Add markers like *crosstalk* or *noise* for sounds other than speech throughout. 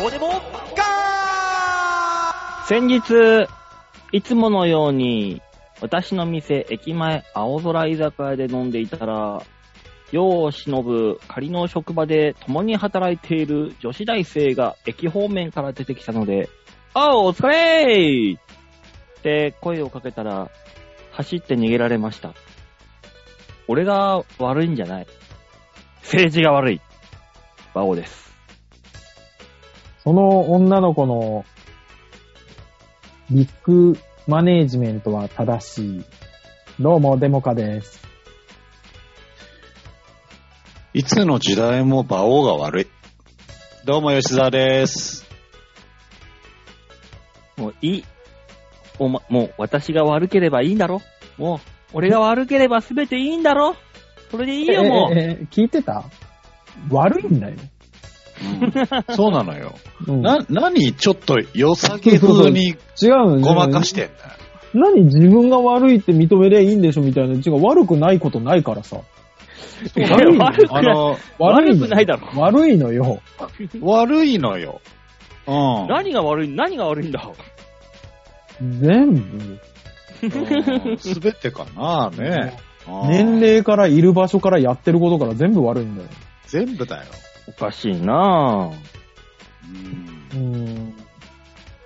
どうでもガ先日、いつものように、私の店、駅前、青空居酒屋で飲んでいたら、世を忍ぶ仮の職場で共に働いている女子大生が駅方面から出てきたので、あお疲れーって声をかけたら、走って逃げられました。俺が悪いんじゃない。政治が悪い。馬王です。その女の子のビッグマネージメントは正しい。どうも、デモカです。いつの時代も馬王が悪い。どうも吉沢です。もういい。おま、もう私が悪ければいいんだろもう、俺が悪ければ全ていいんだろそれでいいよ、もえう。ええ聞いてた悪いんだよ。うん、そうなのよ。うん、な、何ちょっと良さげ風に違うごまかしてんだよ。て。何自分が悪いって認めりゃいいんでしょみたいな。違う、悪くないことないからさ。いや悪いの悪くあない。の、悪いの悪くないだろ悪いのよ。悪いのよ。うん。何が悪い、何が悪いんだ。全部。すべてかなね。うん年齢からいる場所からやってることから全部悪いんだよ。全部だよ。おかしいなぁ。うんう。ーん。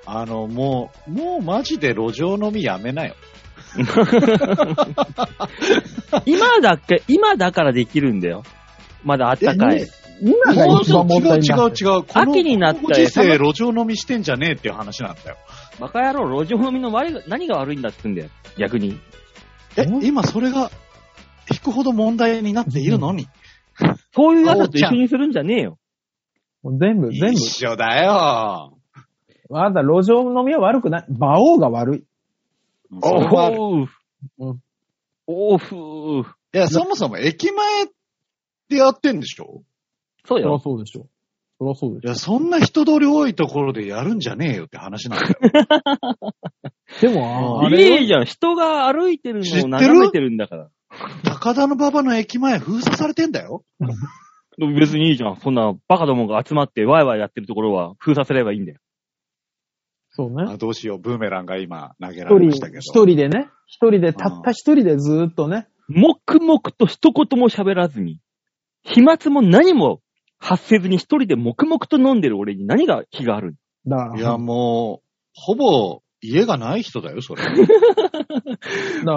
あの、もう、もうマジで路上飲みやめなよ。 *laughs* 今だっけ、今だからできるんだよ。まだあったかい。今がもう一番違問う題違うになってる違う。この秋になったらご時世路上飲みしてんじゃねえっていう話なんだよ。バカ野郎、路上飲みの悪いが何が悪いんだって言うんだよ。逆に。えう、ん今それが、引くほど問題になっているのに。そういう奴と一緒にするんじゃねえよ。もう全部、全部。一緒だよ。まだ路上飲みは悪くない。馬王が悪い。それはあるおううん。おうふう。いや、そもそも駅前でやってんでしょそうそりゃよ。そうでしょ。そりゃそういでや、そんな人通り多いところでやるんじゃねえよって話なんだ *laughs* よ。しょ。でも、ああれよいいじゃん。人が歩いてる知ってのをる眺めてるんだから。高田の馬場の駅前封鎖されてんだよ。でも別にいいじゃん。そんなバカどもが集まってワイワイやってるところは封鎖すればいいんだよ。そうね。あどうしよう、ブーメランが今投げら一れ人ましたけ、ど。一人でね。一人で、たった一人でずーっとね。黙々と一言も喋らずに、飛沫も何も発せずに一人で黙々と飲んでる俺に何が気があるだから、いや、もう、ほぼ家がない人だ *laughs* よ、それ。だか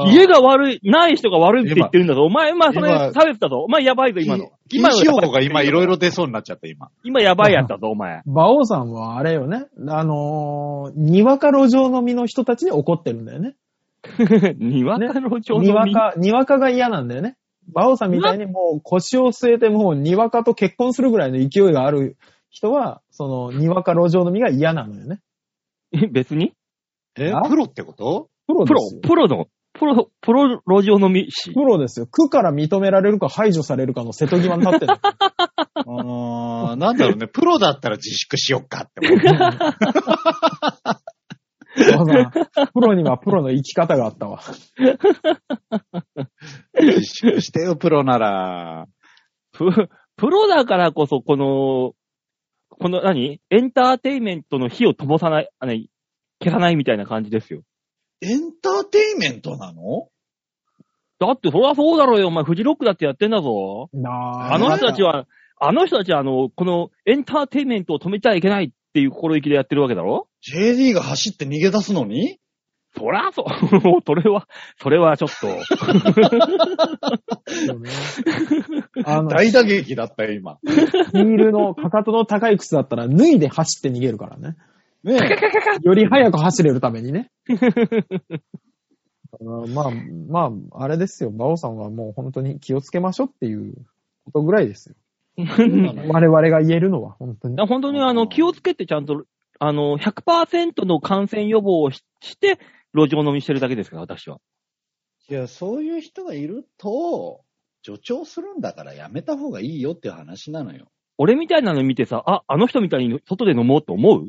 ら家が悪い、ない人が悪いって言ってるんだぞ。お前、まあそれ今差別だぞ。お前やばいぞ、今の。今の禁止用語が今いろいろ出そうになっちゃった、今。今やばいやったぞ、お前。馬王さんはあれよね。あのー、にわか路上飲みの人たちに怒ってるんだよね。 *laughs* にわか路上飲み *laughs* にわか、にわかが嫌なんだよね。馬王さんみたいにもう腰を据えてもうにわかと結婚するぐらいの勢いがある人は、その、にわか路上飲みが嫌なのよね。え別にえあプロってことプロプでロすよ、。プロの、プロ、プロ路上飲みしプロですよ。区から認められるか排除されるかの瀬戸際になってる。あーなんだろう *laughs* ね、プロだったら自粛しよっかって思う。そうだプロにはプロの生き方があったわ。自粛してよ、プロなら。ププロだからこそ、この、この何、エンターテイメントの火を灯さない、あの、消さないみたいな感じですよ。エンターテインメントなのだって、そりゃそうだろうよ。お前、フジロックだってやってんだぞ。なあの人たちは、あの人たちは、あの、このエンターテイメントを止めちゃいけないっていう心意気でやってるわけだろ ?JD が走って逃げ出すのにそりゃそう。 *laughs* それは、それはちょっと。あの、ヒ大打撃だったよ、今。ールのかかとの高い靴だったら脱いで走って逃げるからね。ねえ。より早く走れるためにね。あのまあ、まあ、あれですよ。馬王さんはもう本当に気をつけましょうっていうことぐらいですよ。我々が言えるのは本当に。本当に、あの、気をつけてちゃんと、あの、100%の感染予防をしして、路上飲みしてるだけですから、私は。 *laughs* いや、そういう人がいると、助長するんだからやめた方がいいよっていう話なのよ。俺みたいなの見てさ、あ、あの人みたいに外で飲もうと思う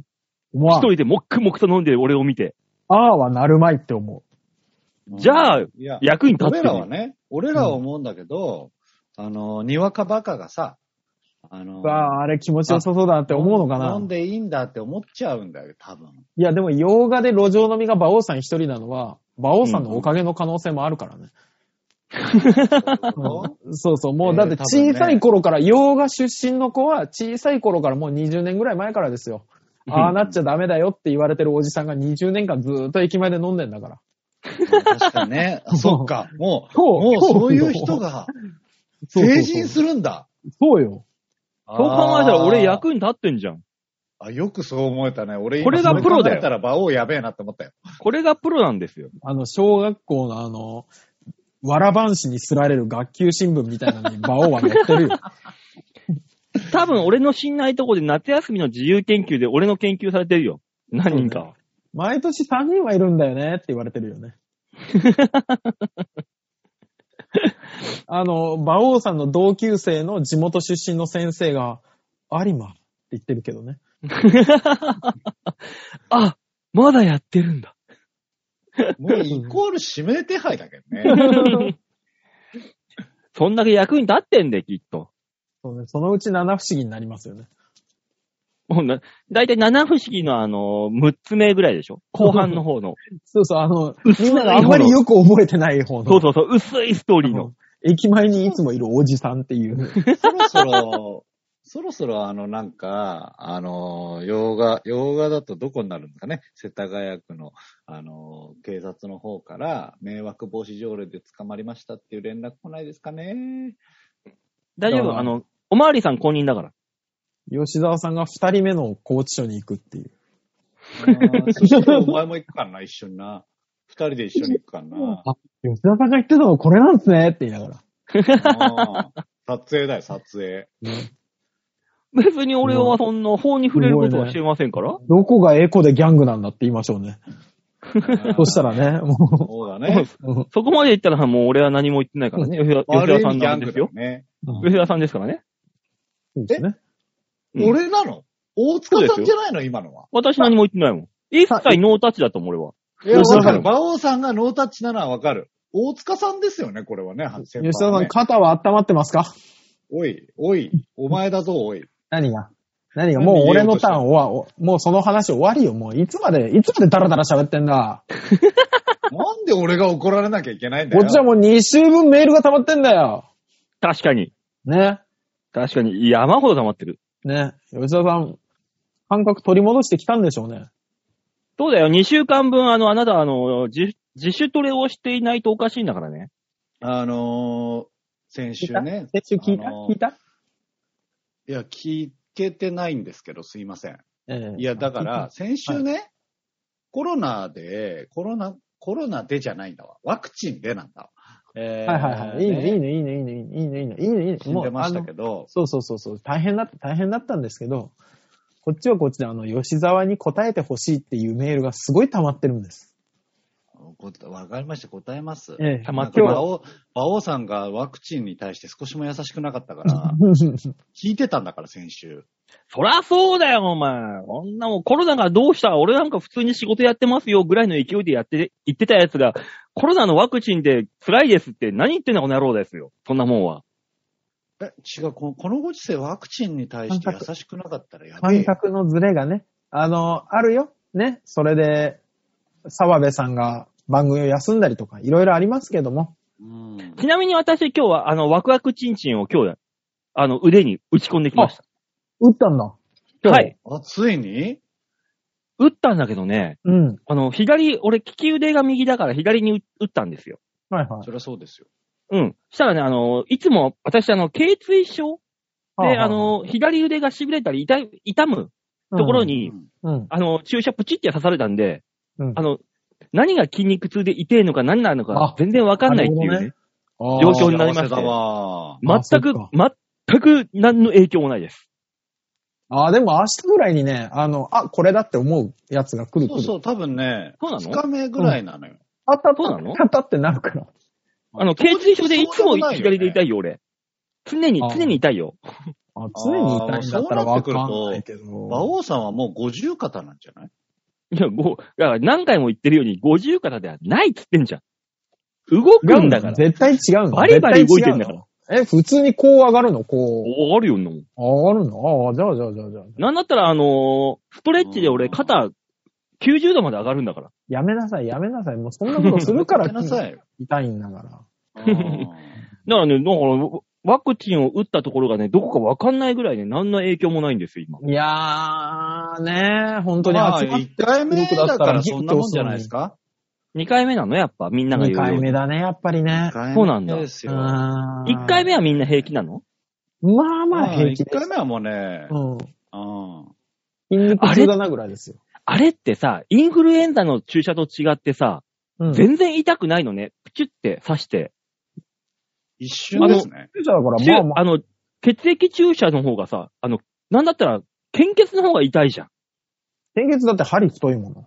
ま一あ、人でもっくもくと飲んでる俺を見て。ああはなるまいって思じゃあいや、役に立って俺るらはね、俺らは思うんだけど、あの、にわかバカがさ、あの、わあ、あれ気持ちよさそうだなって思うのかな飲んでいいんだって思っちゃうんだよ、多分。いや、でも洋画で路上飲みが馬王さん一人なのは、馬王さんのおかげの可能性もあるからね。そうそう、もうだって小さい頃から、洋画出身の子は小さい頃からもう20年ぐらい前からですよ。ああなっちゃダメだよって言われてるおじさんが20年間ずーっと駅前で飲んでんだから。確 *laughs* かね。あそっか。もう、そうもうそういう人がそうそうそう成人するんだ。そうよ。そそう考えたら俺役に立ってんじゃん。あ、よくそう思えたね。俺これがプロだよだったら馬王やべえなって思ったよ。これがプロなんですよ。あの、小学校のあの、わらばんしにすられる学級新聞みたいなのに馬王はやってるよ。多分俺の知んないとこで夏休みの自由研究で俺の研究されてるよ。何人かは。毎年3人はいるんだよねって言われてるよ *laughs* ね。あの、馬王さんの同級生の地元出身の先生が、有馬って言ってるけど *laughs* ね。 *laughs* あ、まだやってるんだ。もうイコール指名手配だけど *laughs* ね。そんだけ役に立ってんで、きっと。そうね、そのうち七不思議になりますよね。もうな、だいたい七不思議のあの、6つ目ぐらいでしょ後半の方の。そうそう、あの、薄い *laughs* みんながあんまりよく覚えてないそ方うの。そうそう、薄いストーリーの。駅前にいつもいるおじさんっていう。そろそろ、そろそろあのなんか、あの、洋画、洋画だとどこになるんですかね。世田谷区の、あの、警察の方から迷惑防止条例で捕まりましたっていう連絡来ないですかね。大丈うん夫あの、おまわりさん公認だから。吉沢さんが二人目の拘置所に行くっていう。うんそしてお前も行くからな、一緒にな。二人で一緒に行くからな。吉沢さんが言ってたのこれなんですねって言いながら。うん撮影だよ、撮影。ね別に俺はそんな法に触れることはしてませんから。どこがエコでギャングなんだって言いましょうね。 *laughs* そしたらね、もそうだね。う、そこまで言ったらもう俺は何も言ってないからね。吉田吉悪田いさんギなんャンでグすだよよ。ね。吉田さんですからね。そうですね。うん俺なの大塚さんじゃないの今のは。私何も言ってないもん。一切ノータッチだと思う、俺は。いや、吉田さんわかる。馬王さんがノータッチなのはわかる。大塚さんですよね、これはね。吉吉田さん、肩は温まってますかおい、おい、お前だぞ、おい。何が何がもう俺のターン終わ、もうその話終わりよ。もういつまで、いつまでダラダラ喋ってんだ。なんで俺が怒られなきゃいけないんだこよ。っちはもう2週分メールが溜まってんだよ。確かに。ね。確かに。山ほど溜まってる。ね。吉田さん、感覚取り戻してきたんでしょうね。そうだよ。2週間分、あの、あなた、あの、自自主トレをしていないとおかしいんだからね。あのー、先週ね。先週聞いたあのー聞いたいや、聞けてないんですけど、すいません。ええいや、だから、、先週ね、コロナで、コロナ、コロナでじゃないんだわ。ワクチンでなんだわ。えーはいはいはい。いいね、いいね、いいね、いいね、いいね、いいね、いいね、いいね。死んでましたもうけどあの、そうそうそうそう。大変だった、大変だったんですけど、こっちはこっちで、あの、吉沢に答えてほしいっていうメールがすごい溜まってるんです。こわかりました、答えます。ええ溜ままっあ、て今日ま馬す。王、馬王さんがワクチンに対して少しも優しくなかったから、聞いてたんだから、先週。そらそうだよ、お前。こんなもんコロナがどうした俺なんか普通に仕事やってますよぐらいの勢いでやって、言ってたやつが、コロナのワクチンで辛いですって何言ってんだこの野郎ですよ。そんなもんは。え、違う、このこのご時世、ワクチンに対して優しくなかったらやべ *laughs* え感よ。覚のズレがね、あの、あるよ。ね。それで、沢部さんが番組を休んだりとか、いろいろありますけども。うんちなみに私今日は、あの、ワクワクチンチンを今日、あの、腕に打ち込んできまし打ったんだ。た。今は日い。あ、ついに打ったんだけどね、うん。あの、左、俺利き腕が右だから左に打打ったんですよ。はいはいそ。りゃそうですよ。うん。したらね、あの、いつも私、あの、頚椎症で、あの、左腕が痺れたり痛い痛むうん、ところに、うんうん、あの、注射プチって刺されたんで、うんあの、何が筋肉痛で痛いのか何なのかあ全然わかんないっていうね。あー状況になりまして幸せだわなるほど全くあ、全く何の影響もないです。ああ、でも明日ぐらいにね、あの、あ、これだって思うやつが来る来そうる。そう、多分ね、そうなの2日目ぐらいなのよ。あったあったそうなの *laughs* あったってなるから。あの、頚椎症でいつも左で痛い。いよ、俺。常に、あ常に痛いよ。あ常に痛いんだったらわかんないけど。馬王さんはもう五十肩なんじゃないいや、ご、だから何回も言ってるように、50肩ではないっつってんじゃん。動くんだから。絶対違うんだ。バリバリ動いてんだから絶え、普通にこう上がるのこおあるよな。う。上がるのああ、じゃあじゃあじゃあじゃあ。なんだったら、あのーストレッチで俺、肩、90度まで上がるんだから。やめなさい、やめなさい。もうそんなことする *laughs* からやめなさい。痛いんだから。だからね、だから、ワクチンを打ったところがね、どこかわかんないぐらいね、何の影響もないんですよ、今。いやー、ねー本当にまあ、集まっ1回目僕だったらだからそんなもんじゃないですか2回目なのやっぱ、みんなが言2うように。回目だね、やっぱりね。そうなんだですよ。まあー1回目はみんな平気なのまあまああ、平気1です回。目はもうね、うん。うん。筋肉痛だなぐらいですよ。あれってさ、インフルエンザの注射と違ってさ、うん。全然痛くないのね。プチュって刺して。一瞬ですね。注射だから、注まあまああの、血液注射の方がさ、あの、なんだったら、献血の方が痛いじゃん。先月だって針太いもの。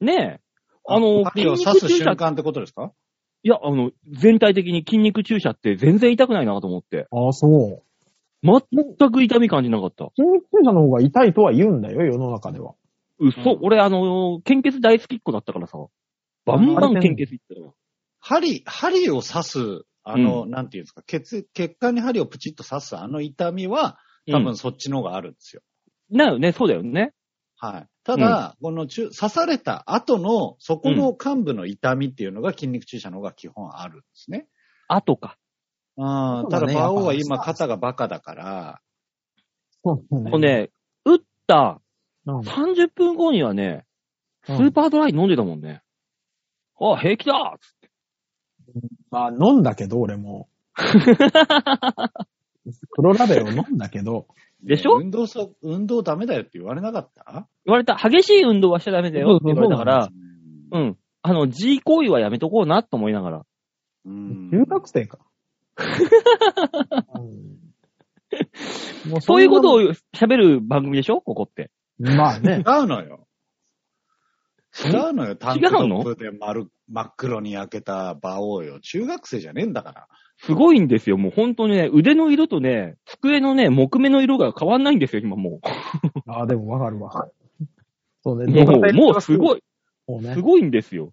ねえ。あの、針を筋刺肉す注射瞬間ってことですかいや、あの、全体的に筋肉注射って全然痛くないなと思って。ああ、そう。全く痛み感じなかった。筋肉注射の方が痛いとは言うんだよ、世の中では。嘘、うん俺あの、献血大好きっ子だったからさ、バンバン献血行ったよ。針、針を刺す、あの、なんていうんですか、血、血管に針をプチッと刺すあの痛みは、多分そっちの方があるんですよ。なよね、そうだよね。はい。ただ、この中、刺された後の、そこの幹部の痛みっていうのが筋肉注射の方が基本あるんですね。あとか。うん。そうだたねだ、馬王はやっ今ぱ肩がバカだから、そうもう。ね、打ったうん30分後にはね、スーパードライ飲んでたもんね。あ、平気だっつってまあ、飲んだけど、*laughs* 俺も。プロラベを飲んだけど。でしょ運動そ、運動ダメだよって言われなかった言われた、激しい運動はしちゃダメだよって言われたから、う。うんん。あの、G 行為はやめとこうなと思いながら。うん中学生か。うんもうそういうことをを。喋る番組でしょここって。まあね。違うのよ。違うのよ。タンクトップで丸、真っ黒に焼けた馬王よ。中学生じゃねえんだから。すごいんですよ。もう本当にね、腕の色とね、机のね、木目の色が変わんないんですよ、今もああ、でもわかるわ。そうう。ね。もう、もうすい。ごい、そうねす。ごいんですよ。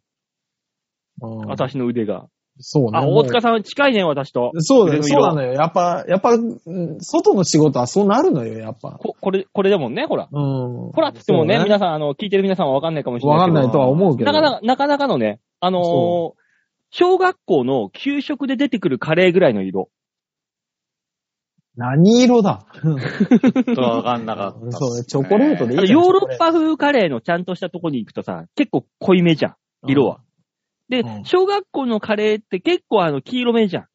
うん私の腕が。そうね。あ、大塚さん近いね、私と。そうだ腕よ、の色そうなのよ。やっぱ、やっぱ、うん外の仕事はそうなるのよ、やっぱ。こ、これ、これだもんね、ほら。うん。ほらっつってもね、そう皆さん、あの、聞いてる皆さんはわかんないかもしれないわかけんど。ないとは思うけど。なかなか、なかなかのね、あのーそ小学校の給食で出てくるカレーぐらいの色。何色だちょっとわかんなかったっすね、そうねチョコレートでいいあのヨーロッパ風カレーのちゃんとしたとこに行くとさ、結構濃いめじゃん。色は。で、うん小学校のカレーって結構あの、黄色めじゃん。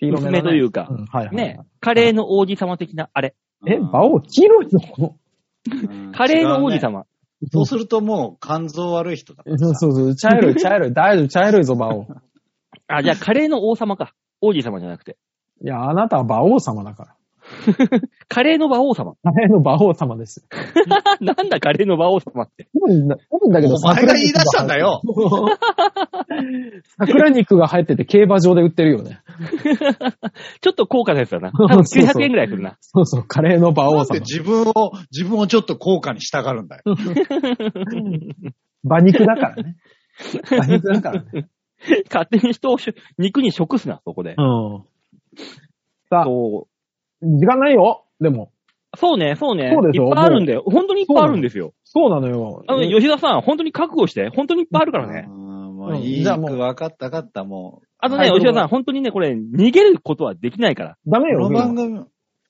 黄色薄めというかんはいはい。ね。。カレーの王子様的な、あれ。え、バオ、黄色いのうんカレーの王子。違うね様。そうするともう肝臓悪い人だか *laughs* らそうさ。そうそう、茶 *laughs* 色い、茶色い、大丈夫、茶色いぞ、バオ。あ、 *laughs* じゃあカレーの王様か。王子様じゃなくて。いや、あなたは馬王様だかカレーの馬王様。 *laughs* ら。カレーの馬王様です。あなんだカレーの馬王様って。多分だ多分だけど、お前が言い出したんだよ桜肉が入ってて競馬場で売ってるよね。ちょっと高価なやつだな。多分 *laughs* そうそう900円ぐらいするな。 *laughs* そうそう、カレーの馬王なんで *laughs* 様。自分を、自分をちょっと高価にしたがるんだよ。馬肉だからね。馬肉だからね。勝手に人をし肉に食すな、そこで。 *laughs* うん。さあ、そ時間ないよでも。う。そうね、そうね。そうですよいっぱいあるんだよ。本当にいっぱいあるんですよ。そうなのよ。あの、吉田さん、本当に覚悟して。本当にいっぱいあるからね。うんもううんいい。じゃあもう分かった、分かった、もあとね、はい吉田さん、本当にね、これ、逃げることはできないから。ダメう。こよ。の番組、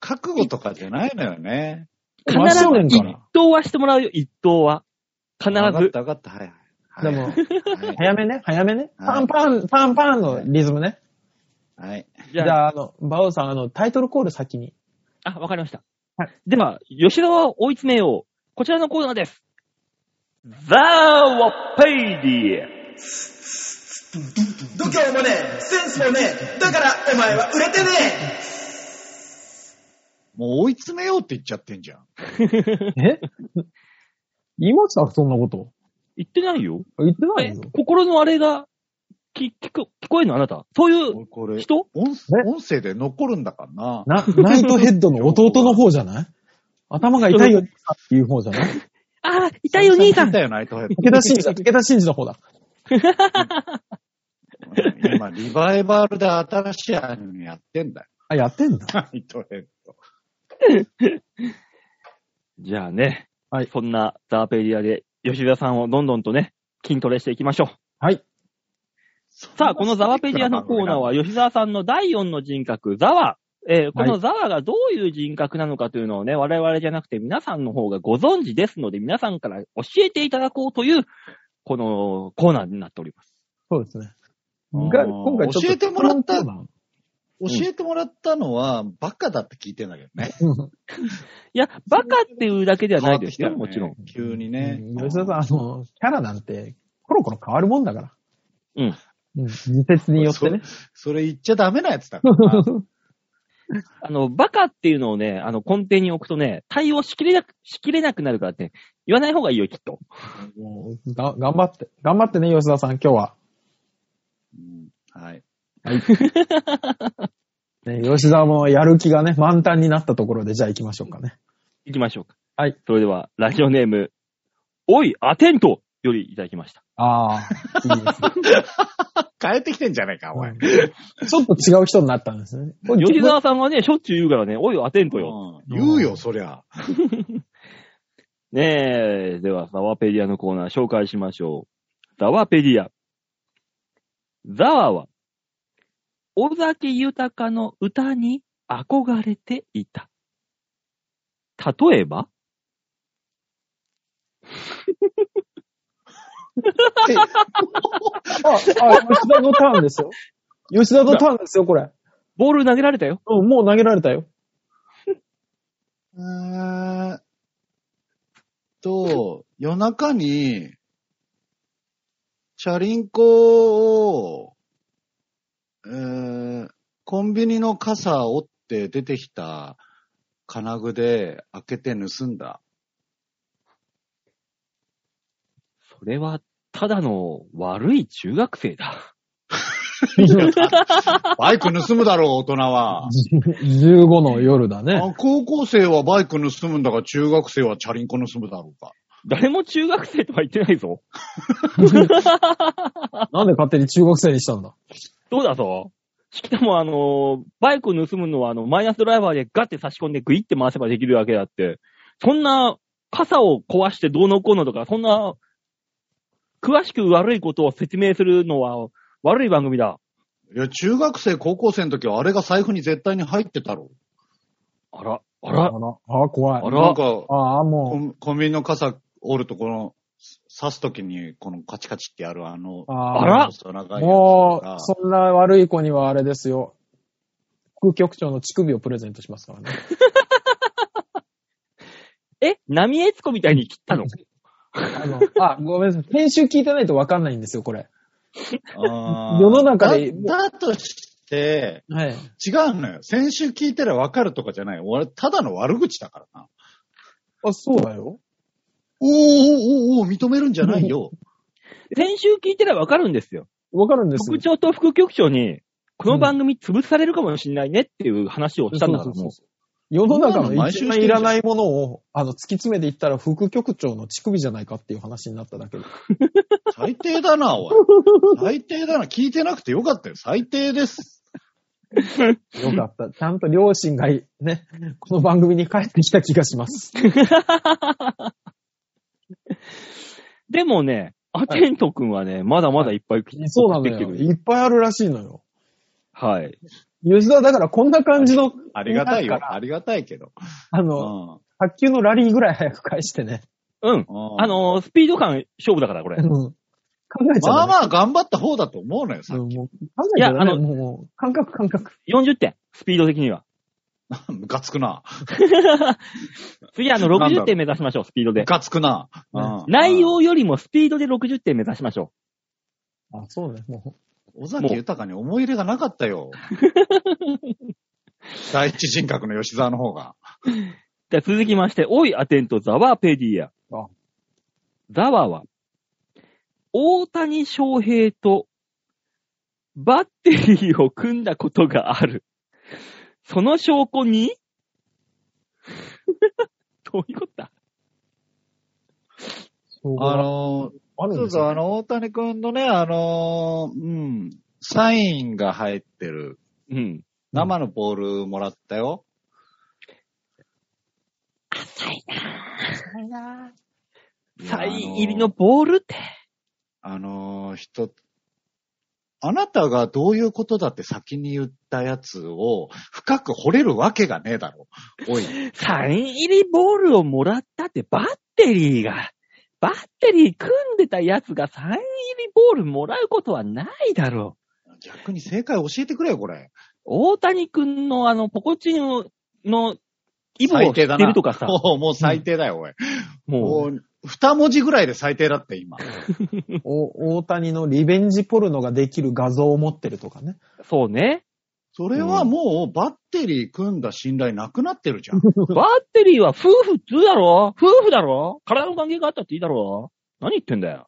覚悟とかじゃないのよね。必真ず正面か一ら等はしてもらうよ、一等は。必分かっず。た、分かった、はいはい。でもはい早めね、早めね。はいパンパン、パンパンのリズムね。はい。じじゃあ、ゃあ、あの、バオさん、あの、タイトルコール先に。あ、わかりました。はいでは、吉田を追い詰めよう。こちらのコーナーです。ザーワペイディ度胸もねえ、センスもねえ、だからお前は売れてねえもう追い詰めようって言っちゃってんじゃん。え言いましたそんなこと。言ってないよ。言ってないえぞ。、心のあれが、き、聞く、聞こえるのあなた。そういう俺これ、人音え音声で残るんだからな。な、ナイトヘッドの弟の方じゃ *laughs* ない頭が痛いよ、兄さんっていう方じゃないああ、痛いよ、兄さんだ。よ、ナイトヘッド武田真治だ、武田真治の方だ。今、リバイバルで新しいアニメやってんだよ。あ、やってんだ。はい、トレンド。じゃあね、はいそんなザーペリアで吉田さんをどんどんとね、筋トレしていきましょう。はい。さあ、このザワペディアのコーナーは、吉沢さんの第4の人格、ザワ。えーこのザワがどういう人格なのかというのをね、我々じゃなくて皆さんの方がご存知ですので、皆さんから教えていただこうという、このコーナーになっております。そうですね。あーが、今回ちょっと教えてもらった質問コ教えてもらったのは、バカだって聞いてんだけどね。ーナーいや、バカっていうだけではないですよ、変わもってきちたろよんね。急にねう。ん吉田さん、あの、キャラなんて、コロコロ変わるもんだから。うん。うん。自説によってね。それ言っちゃダメなやつだ *laughs* から。あの、バカっていうのをね、あの、根底に置くとね、対応しきれなく、しきれなくなるからって、言わない方がいいよ、きっと。 *laughs* もうが頑張って、頑張ってね、吉田さん、今日は。うんはい。ね、吉田もやる気がね、満タンになったところで、じゃあ行きましょうかね。行きましょうか。はい。それでは、ラジオネーム、おい、アテントよりいただきました。ああ、いいですね。変えてきてんじゃないか、おい。うん *laughs* ちょっと違う人になったんですね。これ吉沢さんはね、しょっちゅう言うからね、おい、アテントよ。うん言うよ、そりゃ。ねえ、では、ザワペディアのコーナー紹介しましょう。ザワペディア。ザワは、尾崎豊の歌に憧れていた。例えばあ、あ、吉田のターンです *laughs* よ。吉田のターンですよ、これ。ボール投げられたよ。うん、もう投げられたよ。えーっと、夜中に、チャリンコを、えーコンビニの傘折って出てきた金具で開けて盗んだ。それは、ただの悪い中学生だ。 *laughs* バイク盗むだろう、大人は。 15の夜だ *laughs* ね。あ高校生はバイク盗むんだが、中学生はチャリンコ盗むだろうか。誰も中学生とは言ってないぞ。なんで勝手に中学生にしたんだ。そうだぞ。しかも、あのーバイクを盗むのは、あの、マイナスドライバーでガッて差し込んでグイって回せばできるわけだって。そんな、傘を壊してどうのこうのとか、そんな、詳しく悪いことを説明するのは、悪い番組だ。いや、中学生、高校生の時はあれが財布に絶対に入ってたろう。あら、ああら、ら、あ、怖いあ。らなんか、ああ、コもンコンビニの傘折るとこの、刺すときに、このカチカチってやるあのう。、ああら細長いやつもう、とかそんな悪い子にはあれですよ。副局長の乳首をプレゼントしますからね。え波江津子みたいに切ったのあ *laughs* の、あ、ごめんなさい。編集聞いてないとわかんないんですよ、これ。あー世の中でだだとして、はい。違うのよ。先週聞いたらわかるとかじゃない。俺、ただの悪口だからな。あ、そうだよ。おーおーおーおー認めるんじゃないよ。先週聞いてらわかるんですよ。わかるんですよ局。長と副局長に、この番組潰されるかもしれないねっていう話をしたんだから、そうそもううそう世の中そんなのの毎週一して番るいじゃんらないものを、あの、突き詰めていったら副局長の乳首じゃないかっていう話になっただけで。最低だな、おい。最低だな。聞いてなくてよかったよ。最低です。よかった。ちゃんと両親がいね、この番組に帰ってきた気がします。でもね、アテント君はね、まだまだいっぱい来てそうなの送ってよ。きてくれるいっぱいあるらしいのよ。はい。吉田はだからこんな感じの、ありがたいなんよ。かありがたいけど。あうの、ん。卓球のラリーぐらい早く返してね。うん。うんあのースピード感勝負だから、こうれん。。考えちゃまダあメまあ頑張った方だと思うのよ、さうっんき。もう考えちゃダメいやあのもう、感覚感覚。 40点、スピード的には。ムカつくな。次、あの、なんだろ60う点目指しましょう、スピードムで。カつくな。うんうん内容よりもスピードで60点目指しましょあ、そうね。も尾崎豊に思い入れがなかったよ。 *laughs* 第一人格の吉沢の方が。う。じゃあ続きまして、おい、アテント、ザワーペディアあ。ザワは、大谷翔平とバッテリーを組んだことがある。その証拠にどういうことだう、あのあー、るんそうですそう、よあの、大谷くんのね、あのー、うん、サインが入ってるうん。生のボールもらったよ。サイン入りいやのボールって。あのー人、あなたがどういうことだって先に言ったやつを深く掘れるわけがねえだろ。*laughs* おい。サイン入りボールをもらったってバッテリーが、バッテリー組んでたやつがサイン入りボールもらうことはないだろう。逆に正解教えてくれよ、これ。大谷くんのあの、ポコチンのイボを知最って低だなるとかさ、もうもう最低だよ、おい。ももう、う、二文字ぐらいで最低だって、今。お大谷のリベンジポルノができる画像を持ってるとかね。そうね。それはもう、バッテリー組んだ信頼なくなってるじゃん。バッテリーは夫婦通だろ夫婦だろ体の関係があったっていいだろ何言ってんだよ。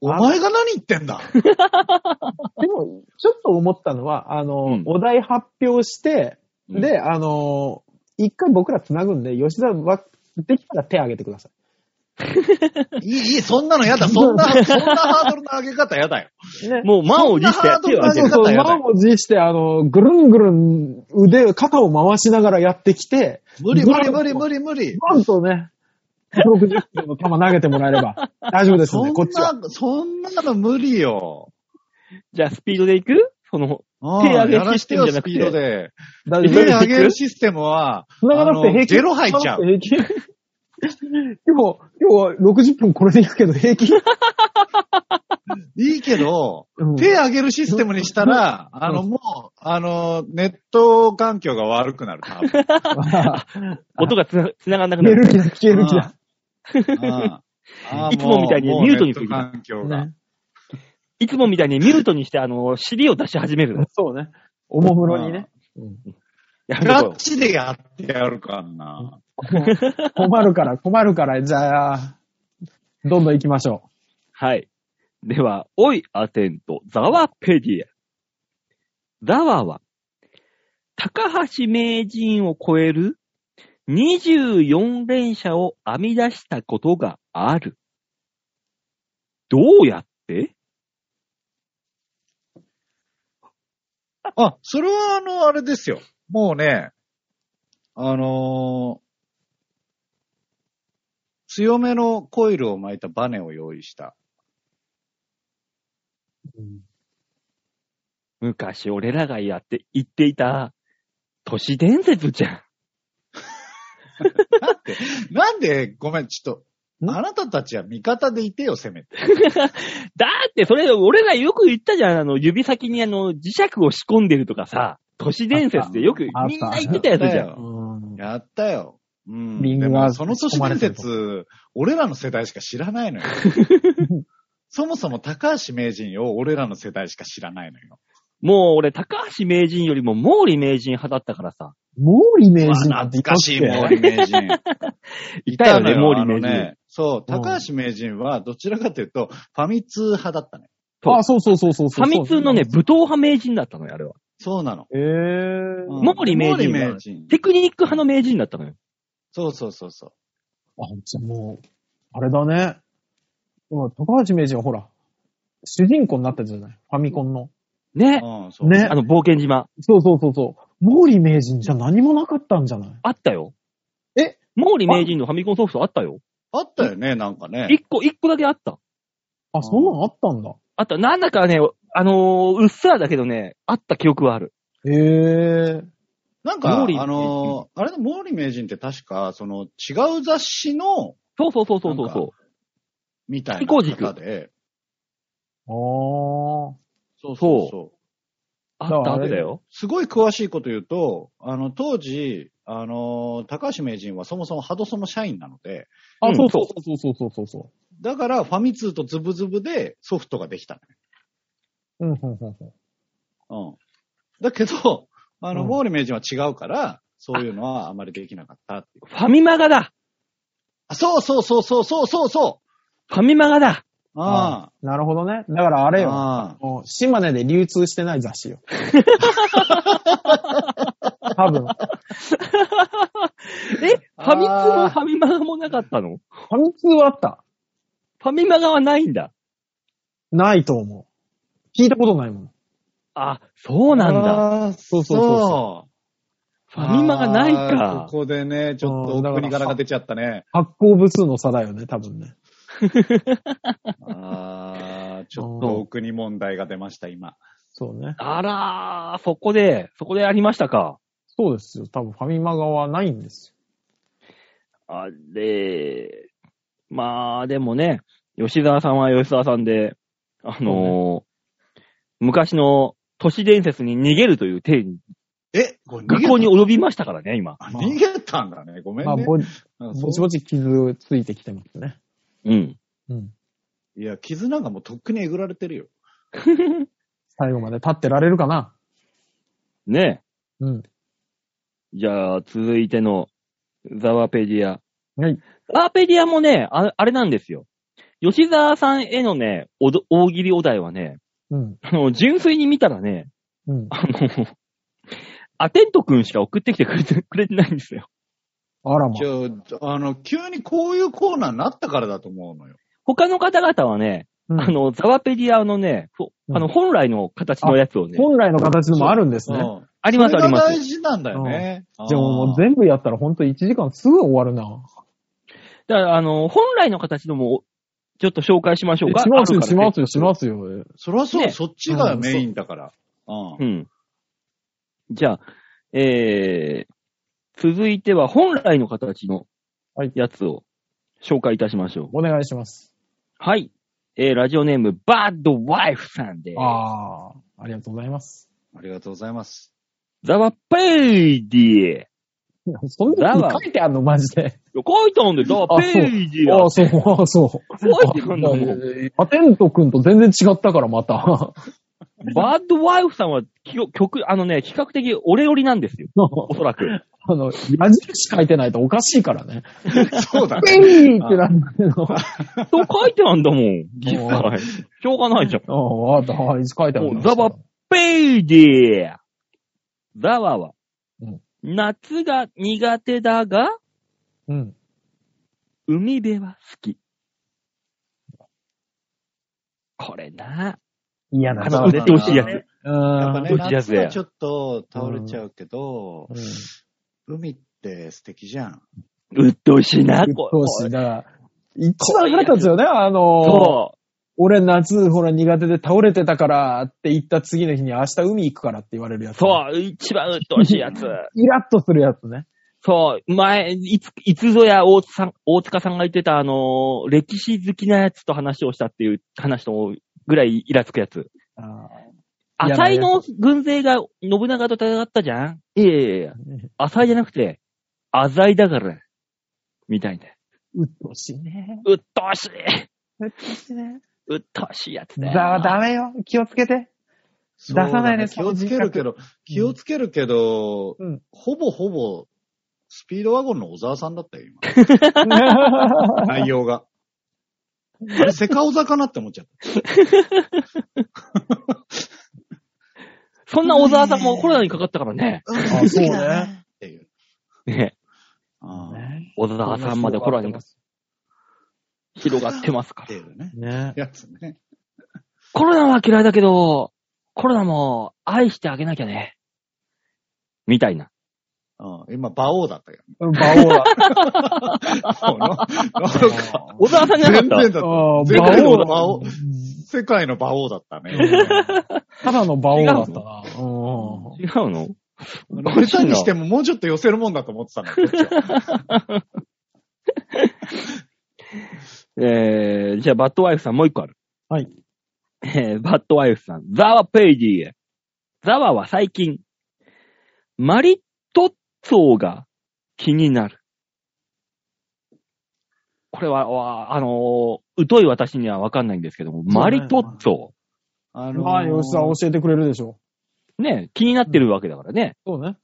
お前が何言って *laughs* んだでも、ちょっと思ったのは、あの、うんお題発表して、うんで、あの、一回僕ら繋ぐんで、吉田は、できたら手挙げてください。いい、いい、そんなのやだ。そんな、そんなハードルの上げ方やだよ。ね。もう満を持してやってよ、そ手を挙げてんなハードル上げ方そう、やだよ満を持して、あの、ぐるんぐるん腕、肩を回しながらやってきて、無理、無理、無理、無理、無理。バンとね、160キロの球投げてもらえれば、大丈夫ですそんんで、こっちは。な、そんなの無理よ。じゃあスピードで行くその、うん手上げやらしてよ、システムスピじゃーなくてド大で。丈夫手です。上げるシステムは、繋がなくて平気。あのゼロ入っちゃ *laughs* う。平気。今日、今日は60分これでいくけど平気。いいけど、うん手上げるシステムにしたら、あの、もう、あの、ネット環境が悪く *laughs* なる、多分。 *laughs* 音がつなつながんなくな寝る。る気だ、消える気だ。ああいつもみたいにミュートにするもうネット環境がね。いつもみたいにミュートにして、あの、尻を出し始める。そうね。おもむろにね。やクめとラこッうチでやってやるからな。困るから、困るから、じゃあ、どんどん行きましょはい。では、おいアテント、ザワペディア。ザワは、高橋名人を超える24連射を編み出したことがある。どうやってあ、それはあの、あれですよ。もうね、あのー強めのコイルを巻いたバネを用意した。う。昔俺らがやって、言っていた、都市伝説じゃん。なんで、ごめん、ちょっんと、あなたたちは味方でいてよ、せめて。だって、それ、俺らよく言ったじゃん。あの、指先にあの、磁石を仕込んでるとかさ、都市伝説でよくあったみんな言ってたやつじゃあったん。うんやったよ。うん。リンでグがもその都市伝説、俺らの世代しか知らないのよ。そもそも高橋名人を俺らの世代しか知らないのよ。もう俺、高橋名人よりも毛利名人派だったからさ。毛利名うわ人なんて懐かしい、たっけ毛利名人。いたよね、の毛利名あの人。ねそう、高橋名人はどちらかというと、ファミ通派だったね。あ、そうそうそうそうそフう。ァミ通のね、武闘派名人だったのよ、あれは。そうなの。えー。うん毛利名人は毛利名人。テクニック派の名人だったのよ。そうそうそうそう。あ、じゃあもう、あれだね。うん高橋名人はほら、主人公になったじゃないファミコンの。ね。うん、そうねあの、冒険島。そうそうそうそう。毛利名人じゃ何もなかったんじゃないあったよ。え毛利名人のファミコンソフトあったよ。あったよね、なんかね。一個、一個だけあった。あ、そんなのあったんだ。あった。なんだかね、あのーうっすらだけどね、あった記憶はある。へえ。なんか、あ毛利のー、あれの毛利名人って確か、その、違う雑誌の、そうそうそうそうそうなんそみたいな飛行軸方で。あー。そうそうそう。う。あっだかた、あらあっれたよ。すごい詳しいこと言うと、あの、当時、あの、高橋名人はそもそもハドソンの社員なので、うあ、んそうそうそうそうそうそうそだからファミ通とズブズブでソフトができたね。う。うん、うん、うんうん。うん。だけど、あの、うん毛利名人は違うから、そういうのはあまりできなかったっていう。ファミマガだあ、そうそうそうそうそうそうそファミマガだうあなるほどね。だからああれよ。ああもう島根で流通してない雑 *laughs* 誌よ。多分。フえファミ通もファミマガもなかったのァミ通はあった。ファミマガはないんだ。ないと思う。聞いたことないもん。あ、そうなんだ。だ。そうそうそうそファミマがないあーかこ。こでね、ちょっとうんだから奥に柄が出ちゃったね。発行部数の差だよね、多分ね。あーちょっうんと奥に問題が出ました、今。そうね。あらー、そこで、そこでありましたか。そうですよ。多分ファミマ側はないんですあれ、まあ、でもね、吉沢さんは吉沢さんで、あのー昔の都市伝説に逃げるという手に、えこれ逃げ学た校に及びましたからね、今。あ逃げたんだね。ごめよ。んまあ、ね。ぼうんそうぼちぼち傷ついてきてますね。うん。うん。いや、傷なんかもうとっくにえぐられてるよ。最後まで立ってられるかなねうん。じゃあ、続いての、ザワペディア。はい。ザワペディアもね、ああれなんですよ。吉沢さんへのね、おど大喜利お題はね、うん。あの、純粋に見たらね、うん。あの、アテント君しか送ってきてくれてくれてないんですよ。あらまじ。ゃあ、あの、急にこういうコーナーになったからだと思うのよ。他の方々はね、うんあの、ザワペディアのね、ほあの、うん本来の形のやつをね、本来の形のもあるんですね。うんありますありまそれが大す。事なんだよね。じゃあもう然全部やったらほんと1時間すぐ終わるな。だから、あの、本来の形のも、ちょっと紹介しましょうか。しますよ、あるしからねますよ、しますよ。そりゃそう、ねそっちがメインだから。ううんん。じゃあ、えー、続いては本来の形のはいやつを紹介いたしましょう。お願いします。はい。えー、ラジオネーム、バッドワイフさんで、ああ、ありがとうございます。ありがとうございます。ザワペディエ。いやそんなだのわ書いてあんの、マジで。書いたんで、ザワペディあアあ、。そう、ああ、そう。書いてあんだもんあえーアテント君と全然違ったから、また。 *laughs* バッドワイフさんはきよ曲、あのね、比較的俺寄りなんです *laughs* よ。おそらく。あの、矢印書いてないとおかしいからね。そうだね。 *laughs* ペイってなんだけど。そう書いてあんだもん。実際。しょうがないじゃん。ああ、あった、はい、書いてある。ザバペイディザワはうん、夏が苦手だが、うん。海辺は好き。これな。嫌あだの、な。売うんれてほしいやつ。うやっぱんね、どっちやつ夏やはちょっと倒れちゃうけど、海って素敵じゃん。うっとうしいな、こそうし、だから、一番腹立つよね、あこの、そ俺夏ほら苦手で倒れてたからって言った次の日に明日海行くからって言われるやう、つ。う。そう、一番うっとうしいやつ。イラッとするやつね。そう、前、いつ、いつぞや大塚さん、大塚さんが言ってた、あのー歴史好きなやつと話をしたっていう話とぐらいイラつくやつ。あ嫌浅なや井つの軍勢が信長と戦ったじゃんいやいやいや、浅井じゃなくて、浅井だから、みたいな。うっとうしいね。うっとうしい。うっとうしいね。うっとうしいやつザだよ。はダメよ。気をつけて。そうだね出さないです気をつけるけど、気をつけるけど、うんほぼほぼ、スピードワゴンの小沢さんだったよ、 *laughs* 今。あ内容が。あれ、セカオザかなって思っちゃった。そんな小沢さんもコロナにかかったからね。あそうね。っていう。ねああね小沢さんまでコロナに広がってますかってら。いうね。ね。やつね。コロナは嫌いだけど、コロナも愛してあげなきゃね。みたいな。うん、今、馬王だっ *laughs* たけ馬王だ。ど。そうななんか、小沢さんじゃなかっ全然だたった。ああ全馬然王だ。馬王世界の馬王だったね。ただの馬王だったな。うん違うの俺たちにしてももうちょっと寄せるもんだと思ってたんだけど。えー、じゃあ、バッドワイフさんもう一個ある。はい。えー、バッドワイフさん。ザワペイディへ。ザワは最近、マリトッツォが気になる。これは、わあのー疎い私にはわかんないんですけども、ねマリトッツォ。あまあ、吉沢教えてくれるでしょね、気になってるわけだからね。う。そうね。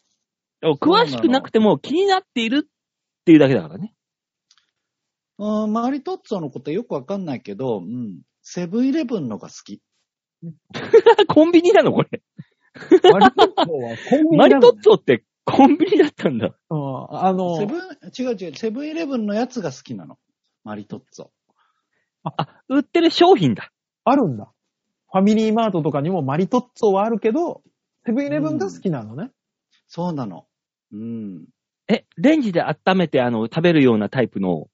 でも詳しくなくても気になっているっていうだけだからね。 *laughs* うん、マリトッツォのことよくわかんないけど、うん、セブンイレブンのが好き。コンビニなのこれ。マリトッツォはコンビニマだリもんトッツォってコンビニだったんだ。うんあのセ、ブン、違う違う、セブンイレブンのやつが好きなの。マリトッツォ。あ、売ってる商品だ。あるんだ。ファミリーマートとかにもマリトッツォはあるけど、セブンイレブンが好きなのね。そうなの。うん。え、レンジで温めて、あの、食べるようなタイプの